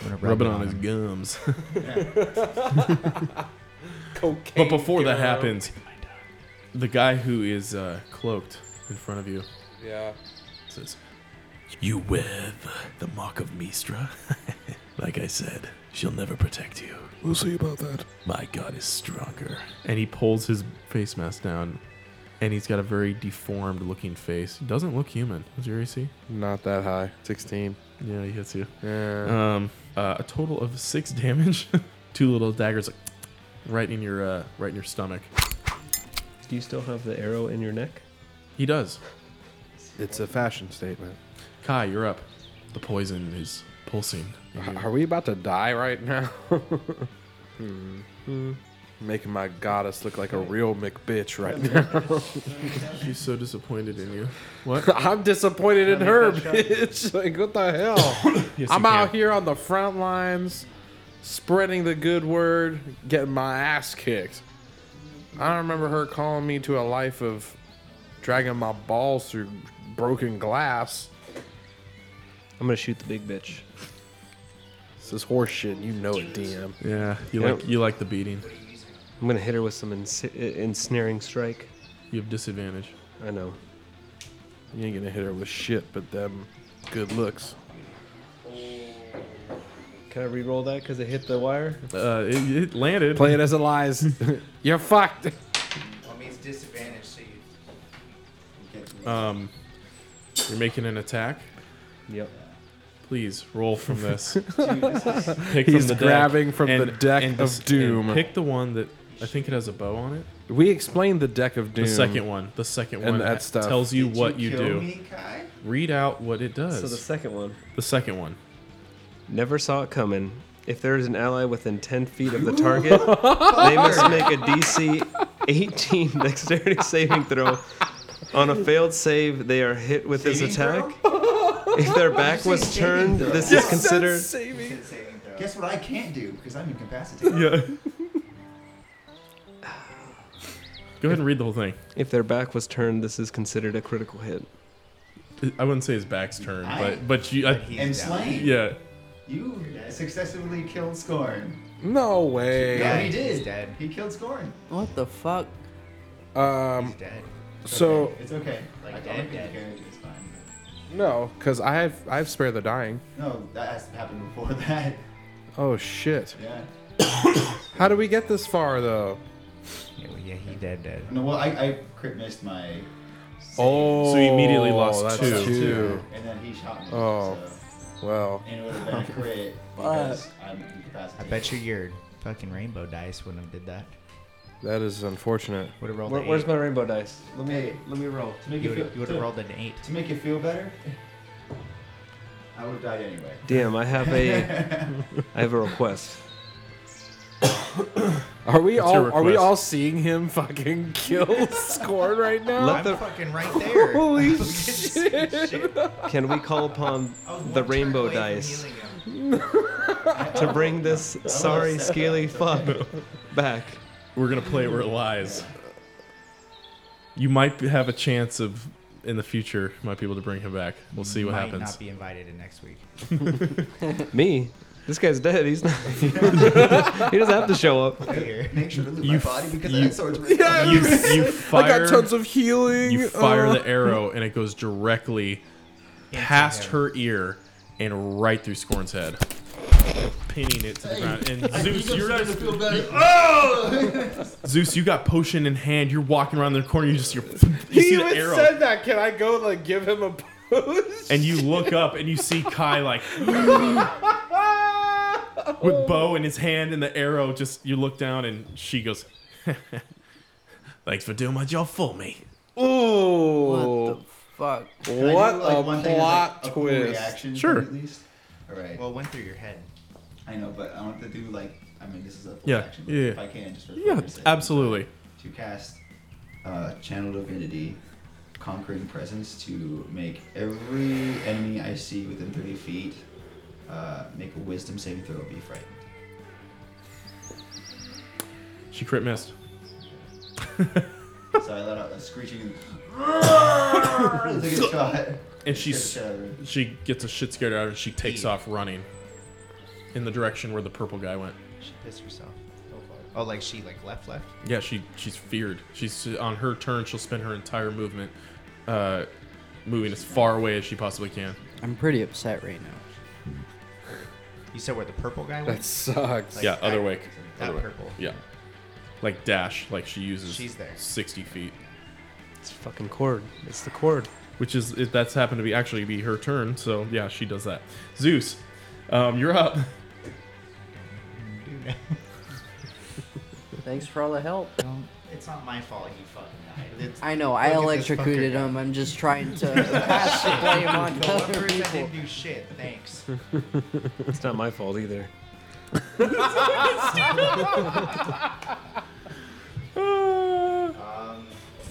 I'm gonna
Rub it on
him.
his gums.
*laughs*
Cocaine.
but before that
girl.
happens, the guy who is uh, cloaked in front of you
yeah.
says, You wear the mark of Mistra. *laughs* like I said, she'll never protect you.
We'll see about that.
My god is stronger. And he pulls his face mask down, and he's got a very deformed looking face. He doesn't look human. What's your AC?
Not that high. 16.
Yeah, he hits you.
Yeah.
Um, uh, a total of six *laughs* damage. Two little daggers, like, right in your uh, right in your stomach.
Do you still have the arrow in your neck?
He does.
It's a fashion statement.
Kai, you're up. The poison is pulsing. in
H-
you.
Are we about to die right now? *laughs* Hmm. Making my goddess look like a real
*laughs*
McBitch right now. *laughs*
She's so disappointed in you. What?
I'm disappointed in her, *laughs* bitch. Like, what the hell?
*laughs* *coughs* Yes,
I'm
you can.
out here on the front lines, spreading the good word, getting my ass kicked. I don't remember her calling me to a life of dragging my balls through broken glass.
I'm gonna shoot the big bitch.
This is horse shit. You know it, DM.
Yeah, you
Yep.
like you like the beating.
I'm gonna hit her with some ensna- ensnaring strike.
You have disadvantage.
I know.
You ain't gonna hit her with shit, but them good looks.
Can I re-roll that because it hit the wire?
Uh, it, it landed.
Play it as it
*laughs*
lies. You're fucked.
Well, it means disadvantage, so you
Um, you're making an attack.
Yep.
Please roll from
*laughs*
this. Pick
He's
deck
grabbing from the deck of
dis-
doom.
pick the one that I think it has a bow on it.
We explained the deck of doom.
The second one. The second
And
one
that
ha-
stuff.
tells you what you
kill
do.
me, Kai?
Read out what it does.
So the second one.
the second one.
Never saw it coming. If there is an ally within 10 feet of the target, they must make a DC 18 *laughs* dexterity saving throw. On a failed save, they are hit with this
Saving
attack. *laughs* If their back was turned, this is considered.
It's a saving throw.
Guess what I can't do because I'm incapacitated.
Yeah. Go ahead and read the whole thing.
If their back was turned, this is considered a critical hit.
I wouldn't say his back's turned,
I-
but but you, I,
and slain.
yeah.
You successfully killed Scorn.
No way.
Yeah, he did.
He's dead.
He killed Scorn.
What the fuck?
Um.
He's dead.
So
It's okay.
Like
I
dead,
don't
dead.
think carriage is fine.
no, because I've I've spared the dying.
No, that has happened before *laughs* that.
Oh shit.
Yeah.
*coughs* How do we get this far though?
Yeah, well, yeah, he dead, dead.
No, well,
*laughs*
I, I crit missed my.
Oh.
So you immediately lost
that's
two.
two.
And then he shot me.
Oh.
So.
Well.
And it would have
*laughs*
been a crit because I'm
I
incapacitated.
bet you your fucking rainbow dice wouldn't have did that.
That is unfortunate.
Would have rolled
Where,
an
where's
eight.
my rainbow dice? Let me
Hey.
let me roll.
To make
You
you,
would
feel,
have you would've
to,
rolled an eight.
to make you feel better, I would have died anyway.
Damn, I have
*laughs*
a
*laughs*
*laughs*
I have a request.
*coughs* Are we
What's
all
your
are we
request?
all seeing him fucking *laughs* kill Scorn right now?
Let
I'm
the
fucking right there.
*laughs* Holy
can we call upon the rainbow dice? to bring *laughs* this sorry scaly fuck back.
We're gonna play it where it lies. You might be- have a chance of in the future might be able to bring him back. We'll see what
Might
happens.
not be invited in next
*laughs*
week.
*laughs* Me? This guy's dead. He's
*laughs*
not. *laughs* he doesn't have to show up.
Right here.
Make sure to lose
You
my
f-
body because
you-
I had surgery.
You,
*laughs*
you
*laughs*
I
fire
got tons of healing.
you fire
uh,
the arrow and it goes directly past her ear and right through Scorn's head. pinning it to the
Hey,
ground. And
I think
Zeus,
I'm
you're
starting
just-
to feel better.
you- *laughs* oh! *laughs* Zeus, you got potion in hand. You're walking around the corner. You just you're, *laughs* you see the arrow,
that. Can I go like give him a *laughs* pose?
and you look up and you see Kai like *laughs*
*laughs*
*laughs*
with bow in his hand and the arrow. Just you look down and she goes, *laughs* "Thanks for doing my job for me."
Oh.
What the fuck?
Can I do, like, one thing as, like, a cool reaction thing
Sure.
At least. All right.
Well, it went through your head.
I know, but I want to do like. I mean, this is a full
Yeah,
action. but
yeah,
If I can, just for
yeah,
fun,
absolutely.
to cast uh, Channel Divinity, Conquering Presence to make every enemy I see within 30 feet uh, make a Wisdom saving throw and be frightened.
She crit missed.
so I let out a *laughs* screeching. and Take
*laughs*
a shot.
and
Take
she's
a shot at her.
she gets a shit scared out of her. She takes off running in the direction where the purple guy went.
She pissed herself. Oh, like she like left, left.
Yeah, she she's feared. She's on her turn. She'll spend her entire movement, uh, moving as far away as she possibly can.
I'm pretty upset right now.
You said where the purple guy went.
That sucks.
Like,
yeah, other
I-
way.
That
Other way.
purple.
Yeah, like dash. Like she uses.
She's there.
Sixty feet,
It's fucking cord. It's the cord.
which is if that's happened to be actually be her turn. So yeah, she does that. Zeus, um,
*laughs*
you're up.
Thanks for all the help.
Don't- It's not my fault he fucking died. It's,
I know, I
Look at this
electrocuted
fucker.
him. I'm just trying to pass the
*laughs*
blame on
the
other
workers that
people.
didn't do shit. Thanks.
*laughs* It's not my fault *laughs* either.
Um,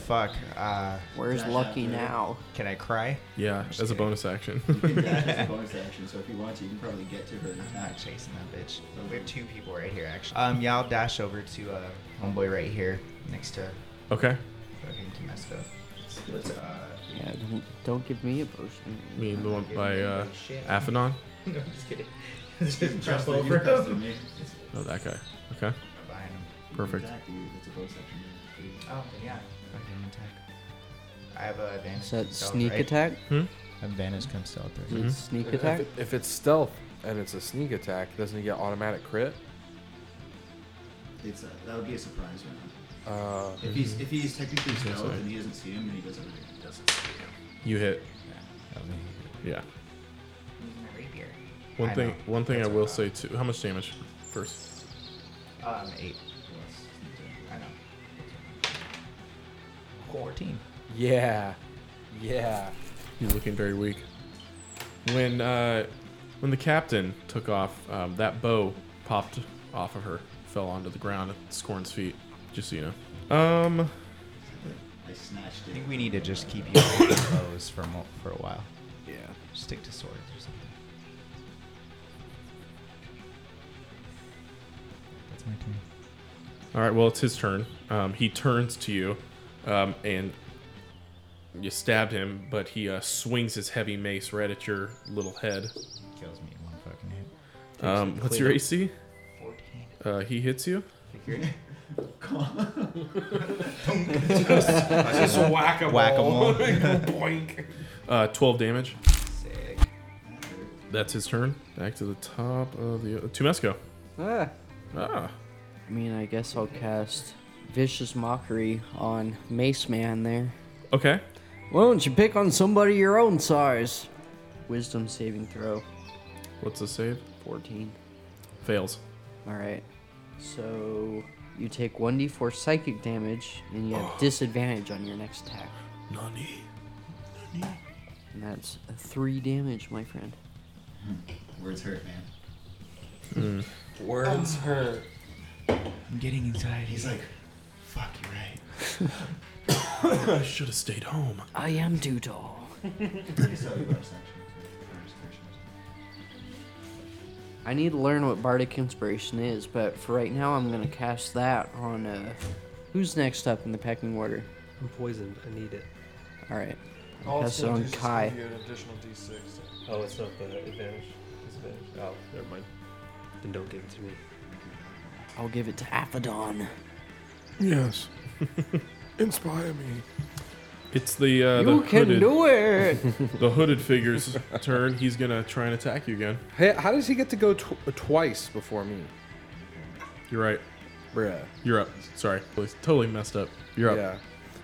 Fuck. Uh,
Uh. Where's
Dash
Lucky
after.
now?
can I cry?
Yeah, as a bonus
*laughs*
action.
You can dash as a bonus action, so if you want to, you can probably get to her.
I'm not chasing that bitch. We have two people right here, actually. Um, yeah, I'll dash over to uh, homeboy right here next to
okay.
fucking Tomesco.
Let's, uh,
Yeah, don't, don't give me a potion.
I mean the one by uh,
*laughs*
Aphanon.
no, I'm just
*laughs*
kidding. just
trust
jump
that
over
you trust in
him. *laughs*
me.
Oh, that guy. Okay.
Behind him.
Perfect.
Exactly. That's a bonus action.
Oh, then yeah. Fucking attack. I have a advantage.
Is that
from stealth,
sneak
right? Uh,
attack?
Hmm?
Advantage comes stealth. Right?
Mm-hmm.
Is it Sneak
If,
attack?
it- if it's stealth and it's a sneak attack, doesn't he get automatic crit?
It's uh, that would be a surprise round.
Uh,
If he's if he's technically stealth
sorry.
and he doesn't see him, then he does everything. He doesn't see him.
You hit. Yeah.
My rapier.
One
I
thing.
know.
One thing
That's
I
what
will
I'm-
say too. How much damage? First.
Um, eight. I know. Fourteen.
yeah. Yeah.
He's looking very weak. When uh, when the captain took off, um, that bow popped off of her, fell onto the ground at Scorn's feet. Just so you know. Um.
I snatched
I
it.
think we need to just keep using bows for mo- for a while.
Yeah.
Stick to swords or something. That's my turn.
All right. Well, it's his turn. Um, he turns to you, um, and you stabbed him, but he uh, swings his heavy mace right at your little head.
Kills me in one fucking hit.
Um, what's your AC?
Fourteen.
Uh, he hits you.
*laughs* Just
*laughs*
whack a
Whack-a-mole.
*laughs* Boink.
Uh, 12 damage.
Sick.
That's his turn. Back to the top of the Tumesco.
Ah.
Ah,
I mean, I guess I'll cast Vicious Mockery on Mace Man there.
okay.
Why don't you pick on somebody your own size? Wisdom saving throw.
What's the save?
14.
Fails.
Alright. So you take 1d4 psychic damage and you have disadvantage on your next attack.
Nani.
And that's 3 damage, my friend.
Words hurt, man. Um,
Words hurt.
I'm getting anxiety.
He's like, fuck, you're right.
I should have stayed home.
I
*laughs*
am too tall.
So you bonus action. Bonus action.
I need to learn what bardic inspiration is, but for right now, I'm gonna cast that on. Uh, who's next up in the pecking order?
I'm poisoned. I need it.
All right, cast it on Kai.
Oh, it's not the advantage. Disadvantage. Oh, never mind. Then don't give it to me.
I'll give
*laughs*
it to Aphodon.
Yes. Inspire me.
It's the uh,
You
the
can
hooded,
do it.
*laughs* the hooded figure's turn. He's gonna try and attack you again.
Hey, how does he get to go tw- twice before me?
You're right.
Bruh.
You're up. Sorry, totally messed up. You're up.
Yeah.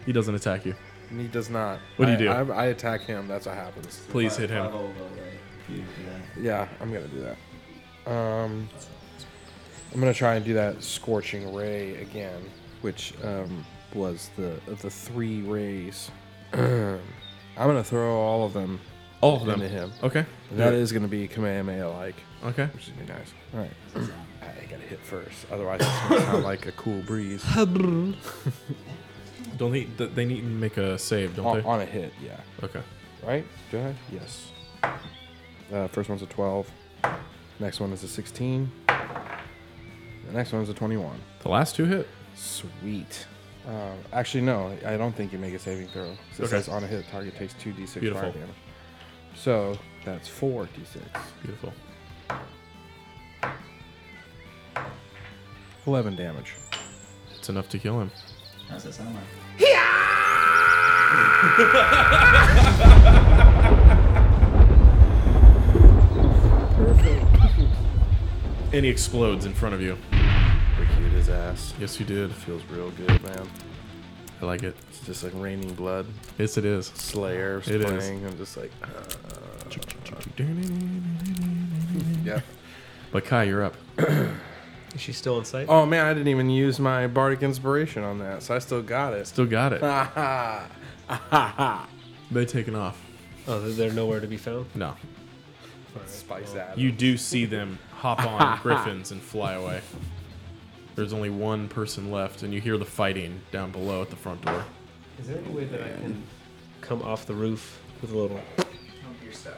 He doesn't attack you.
And he does not.
What do you do?
I, I, I attack him. That's what happens.
Please hit him.
Yeah, I'm gonna do that. Um, I'm gonna try and do that scorching ray again, which um, was the the three rays. *clears throat* I'm gonna throw all of them,
all of them?
into him.
Okay.
And that
Do it.
is gonna be Kamehameha like.
Okay,
which is gonna be nice. All right, *clears throat* I gotta hit first, otherwise it's gonna sound like a cool breeze.
*laughs* Don't they? th- They need to make a save, don't
on,
they?
on a hit, yeah.
Okay.
Right? Do I? Yes. Uh, first one's a 12. Next one is a 16. The next one is a 21.
The last two hit.
Sweet. Um, actually, no, I don't think you make a saving throw. Since
Okay.
it's on a hit, target takes 2d6 fire
Beautiful.
damage. So that's 4d6.
Beautiful.
11 damage.
It's enough to kill him.
How's that sound like? *laughs*
And he explodes in front of you.
We hit his ass.
Yes, you did.
Feels real good, man.
I like it.
It's just like raining blood.
Yes, it is.
Slayer's
It is.
playing. I'm just like, uh, yeah.
But Kai, you're up.
Is she still in sight?
Oh man, I didn't even use my bardic inspiration on that, so I still got it.
Still got it.
Ah ha. Ah ha *laughs* ha.
They taken off.
Oh, they're- they're nowhere to be found.
No.
Spice that.
You do see them hop on griffins and fly away. There's only one person left, and you hear the fighting down below at the front door.
Is there any way that I can?
Come off the roof with a little.
Oh, you're stuck.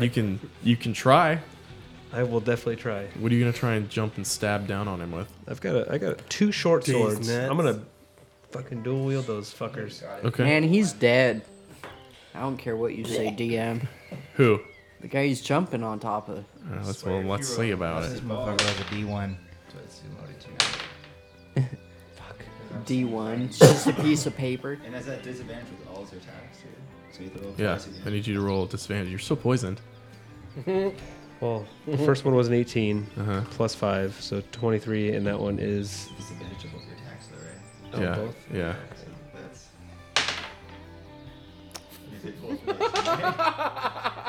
You can you can try.
I will definitely try.
What are you gonna try and jump and stab down on him with?
I've got a, I got two short
These
swords.
nuts.
I'm gonna fucking dual wield those fuckers.
Okay.
Man, he's dead. I don't care what you say, DM.
Who?
The guy he's jumping on top of.
Uh, let's well, let's see about
This
it.
motherfucker has a D1. So it's loaded
*laughs*
to now.
D1. It's just a piece of paper.
And that's at disadvantage with all his attacks, too. So you throw a
Yeah.
plus
I
again.
need you to roll at disadvantage. You're so poisoned.
*laughs*
Well, Uh-huh. the *laughs* first one was an 18 plus five, so 23, and that one is
Disadvantage of both your attacks, though, right?
yeah.
Oh,
both?
Yeah.
So that's. You did both ways.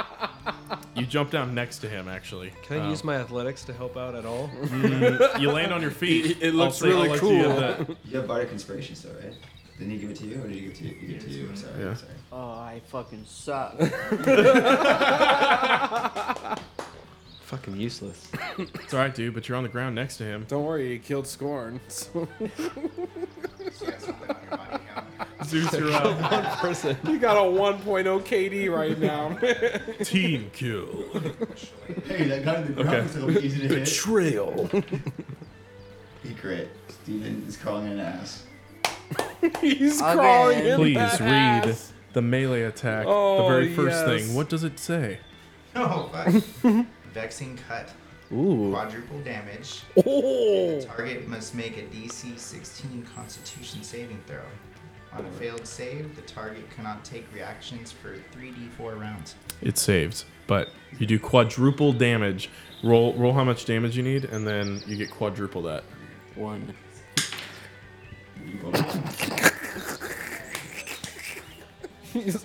You jump down next to him, actually.
Can I
Um,
use my athletics to help out at *laughs* all?
You land on your feet.
It- it looks
I'll say- I'll
really
let you have
cool. *laughs*
that.
You have bardic inspiration still, right? Didn't he give it to you, or did he give it to you? He gave it to you. I'm sorry.
Yeah.
I'm sorry.
Oh, I fucking suck. *laughs*
Fucking useless.
*laughs* It's all right, dude. But you're on the ground next to him.
Don't worry, you killed Scorn. So
*laughs* Zeus, you're up.
you got a 1.0 KD right now. *laughs*
Team kill.
Hey, that guy in the ground
Okay.
was so easy
*laughs*
to hit.
Betrayal.
He crit. Steven is crawling an ass.
He's
Again.
crawling in
Please
that
read
ass.
the melee attack.
Oh,
the very first
yes.
thing. What does it say?
No, Oh, fuck.
*laughs*
Vexing cut.
Ooh.
Quadruple damage.
Oh.
The target must make a DC 16 Constitution saving throw. On a failed save, the target cannot take reactions for 3d4 rounds.
It saves, but you do quadruple damage. Roll roll how much damage you need, and then you get quadruple that.
One.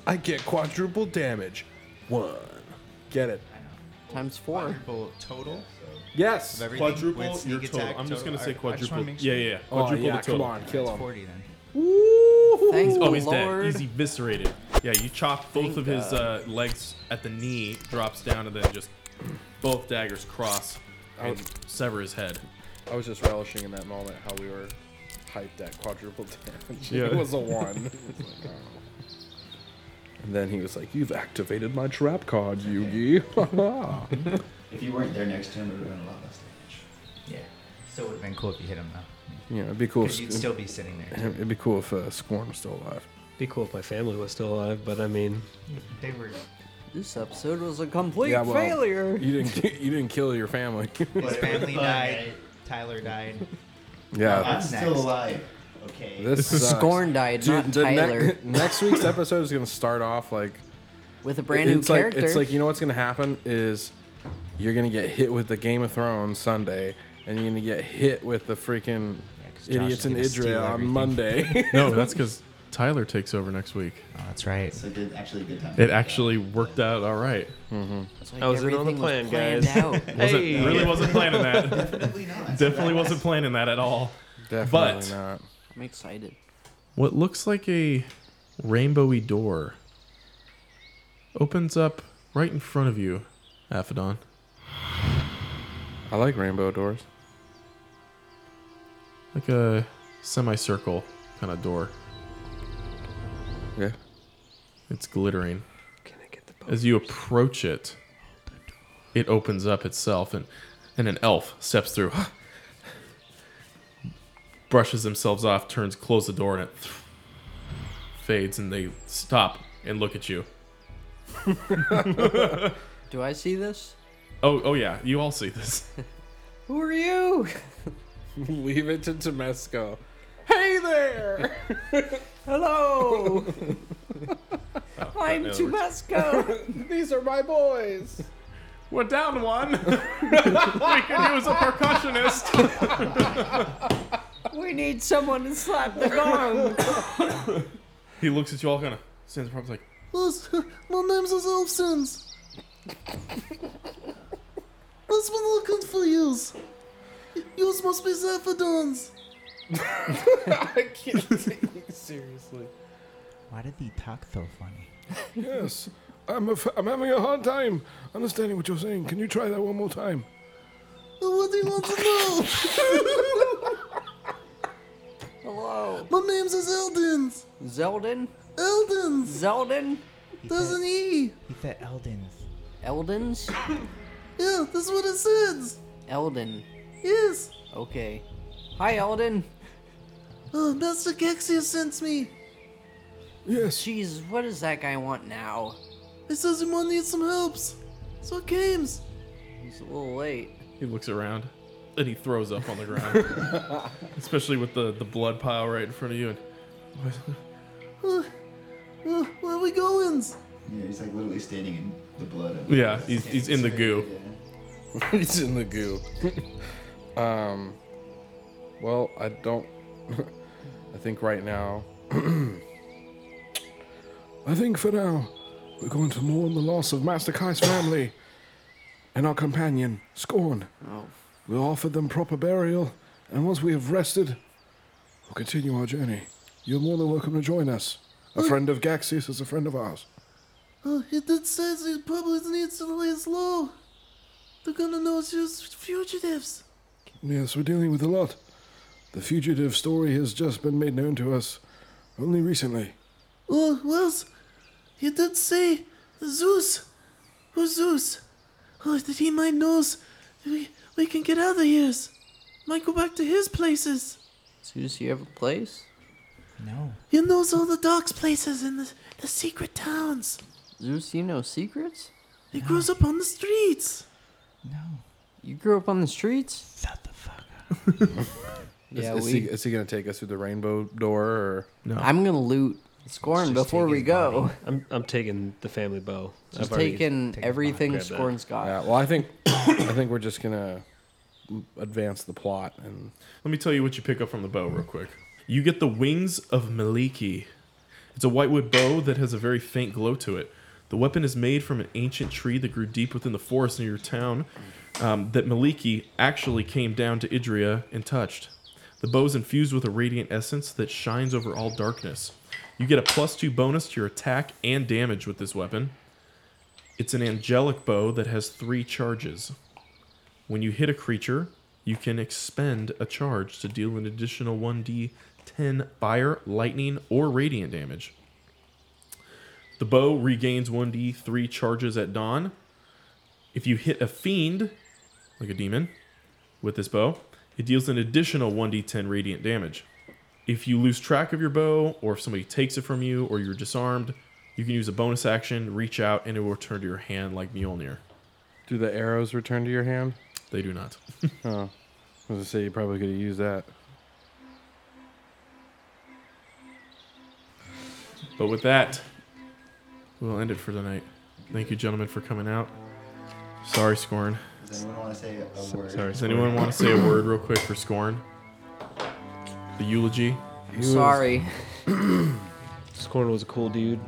I get quadruple damage. One. Get it.
Times four.
Quadruple total.
Yes.
Everything
Quadruple
with
your
sneak
total.
attack,
I'm just
total.
gonna say
I- I just wanna
quadruple.
make
Yeah,
sure.
yeah, yeah.
Oh,
Quadruple
yeah,
the total.
Come on, kill
It's
him.
40 then.
Woo-hoo.
Thank
Oh,
the
he's
Lord.
dead. He's eviscerated. Yeah, you chop both of his uh, legs at the knee, drops down, and then just both daggers cross
Oh.
and sever
*laughs*
his head.
I was just relishing in that moment how we were hyped at quadruple *laughs* damage.
Yeah.
It was a
*laughs*
one. and then he was like, "You've activated my trap card,
*laughs*
Yugi."
If you weren't there next to him, it would have been a lot less damage.
Yeah. Still would have been cool if you hit him though.
yeah, it'd be cool. If,
Because you'd still be sitting
*laughs*
there.
it'd be cool if uh, Scorn was still alive.
Be cool if my family was still alive, but I mean,
They were.
This episode was a complete
Yeah, well,
failure. *laughs*
You didn't. ki- You didn't kill your
*laughs*
family. *laughs*
His family died. Tyler died.
yeah.
That's
I'm still
next.
alive.
Okay.
This sucks.
Scorn died, not
the ne-
Tyler.
*laughs* next week's episode is going to start off like
With a brand new
it's like, It's
character.
like you know what's going to happen is you're going to get hit with the Game of Thrones Sunday, and you're going to get hit with the freaking
Josh
idiots
is
in
gonna steal
Idria on
everything.
*laughs*
Monday. *laughs*
no, that's because Tyler takes over next week. Oh,
that's right.
So it did actually a good time.
It actually worked out all right.
like I Mm-hmm. was in on the everything was plan, planned guys.
*laughs*
out.
Wasn't-
Hey.
Really wasn't planning that.
Definitely not.
Definitely wasn't planning that at all. but
not.
I'm excited.
what looks like a rainbowy door opens up right in front of you, Aphodon.
I like rainbow doors.
Like a semicircle kind of door.
Yeah.
It's glittering. As you approach it, it opens up itself and, and an elf steps through, brushes themselves off, turns, close the door, and it fades, and they stop and look at you.
Do I see this?
Oh, oh yeah, you all see this.
Who are you?
*laughs* Leave it to Temesco. Hey there!
*laughs*
Hello!
Oh,
I'm Temesco! *laughs* These are my boys!
We're down one! *laughs* we could use a percussionist!
*laughs* we need someone to slap the
*laughs*
gong.
he looks at you all kind of stands up, like,
My name's is Elfsons. I've been looking for yous. Yous must be Zephadons.
*laughs* I can't take you seriously.
Why did he talk so funny?
yes, I'm, a f- I'm having a hard time understanding what you're saying. Can you try that one more time?
What do you want to know?
*laughs* Hello.
My name's is Eldins.
Zeldin?
Eldins.
Zeldin?
There's an E.
He said Eldins.
Eldens?
Yeah, that's what it says.
Elden.
Yes.
Okay. Hi, Elden.
Oh, Master Gexia sends me.
Yes.
Jeez, what does that guy want now?
He says he might need some helps. So it came.
He's a little late.
He looks around and he throws up on the
*laughs*
ground. Especially with the, the blood pile right in front of you. And
Uh, uh, where we going?
Yeah, he's like literally standing in the blood. Of
Yeah, he's, he's in the goo.
He's in the goo. um, well, I don't. *laughs* I think right now.
I think for now, we're going to mourn the loss of Master Kai's family and our companion, Scorn. We'll offer them proper burial, and once we have rested, we'll continue our journey. You're more than welcome to join us. A friend of Gaxius is a friend of ours.
Uh, he did say he probably needs to lay low. They're gonna know it's just fugitives.
Yes, we're dealing with a lot. The fugitive story has just been made known to us only recently.
Oh, Wells, he did say Zeus. Who's Zeus? Oh, that he might knows we, we can get out of here. Might go back to his places.
Zeus, you have a place?
No.
He knows all the dark's places and the, the secret towns.
Zeus, you know secrets?
He grows up on the streets.
You grew up on the streets? Shut the fuck up. yeah,
is, is
we.
he, is he gonna take us through the rainbow door or
no?
I'm gonna loot Scorn before we go.
I'm, I'm taking the family bow.
Just
already
taking
grabbed
everything
that.
Scorn's got.
Yeah, well, I think *coughs* I think we're
*coughs*
just gonna advance the plot and
Let me tell you what you pick up from the bow, real quick. You get the wings of Maliki. It's a whitewood bow that has a very faint glow to it. The weapon is made from an ancient tree that grew deep within the forest near your town, um, that Maliki actually came down to Idria and touched. The bow is infused with a radiant essence that shines over all darkness. You get a plus two bonus to your attack and damage with this weapon. It's an angelic bow that has three charges. When you hit a creature, you can expend a charge to deal an additional 1d10 fire, lightning, or radiant damage. The bow regains 1d3 charges at dawn. If you hit a fiend, like a demon, with this bow, it deals an additional 1d10 radiant damage. If you lose track of your bow, or if somebody takes it from you, or you're disarmed, you can use a bonus action, reach out, and it will return to your hand like Mjolnir.
do the arrows return to your hand?
They do not. *laughs*
oh, I was gonna say you probably could have used that.
But with that, we'll end it for the night. Thank you, gentlemen, for coming out. Sorry, Scorn.
Does anyone want to say a
So-
word?
Sorry. Does anyone want to say a word real quick for Scorn? The eulogy.
I'm sorry.
*clears throat*
Scorn was a cool dude.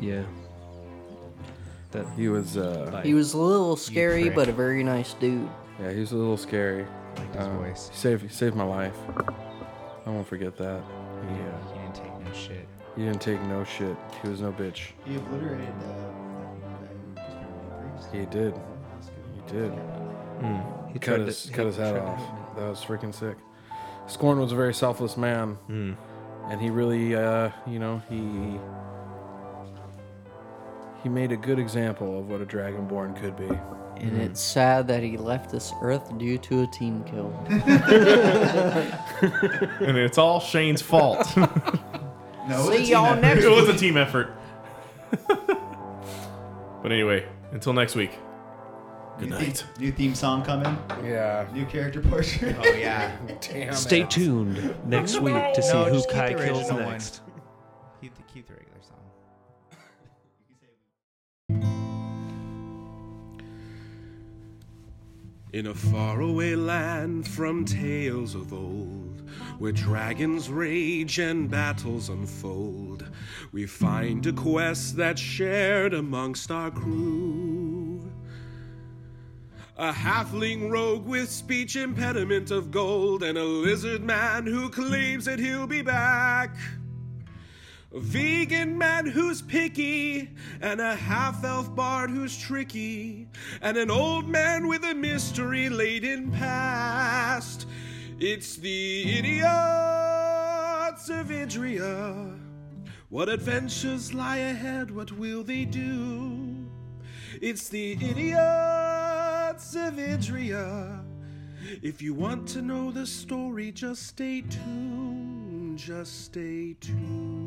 Yeah. That
he was. Uh,
He was a little scary, but a very nice dude.
Yeah, he was a little scary. Um, He saved, he saved my life. I won't forget that. Yeah.
He didn't take no shit.
He didn't take no shit. He was no bitch.
He obliterated uh, that guy who was
He did. He did.
Mm.
He
He
cut
tried
his,
to-
cut
he
his head
tried to
off. That was freaking sick. Scorn was a very selfless man.
Hmm.
And he really, uh, you know, he. He made a good example of what a dragonborn could be.
*laughs* And it's sad that he left this earth due to a team *laughs* kill.
and it's all Shane's fault.
No, See it's a team y'all effort. next
*laughs* It was a
week.
team effort. but anyway, until next week. Good
New
night.
theme, new theme song coming.
Yeah.
New character portrait.
Oh
*laughs*
yeah.
Damn.
Stay tuned next week to see
No,
who
just keep
Kai
the
kills
original one.
next.
Keep the, keep the regular song.
In a faraway land from tales of old, where dragons rage and battles unfold, we find a quest that's shared amongst our crew. A halfling rogue with speech impediment of gold, and a lizard man who claims that he'll be back. A vegan man who's picky, and a half elf bard who's tricky, and an old man with a mystery laden past. It's the idiots of Idria. What adventures lie ahead? What will they do? It's the idiots of Idria. If you want to know the story, just stay tuned. Just stay tuned.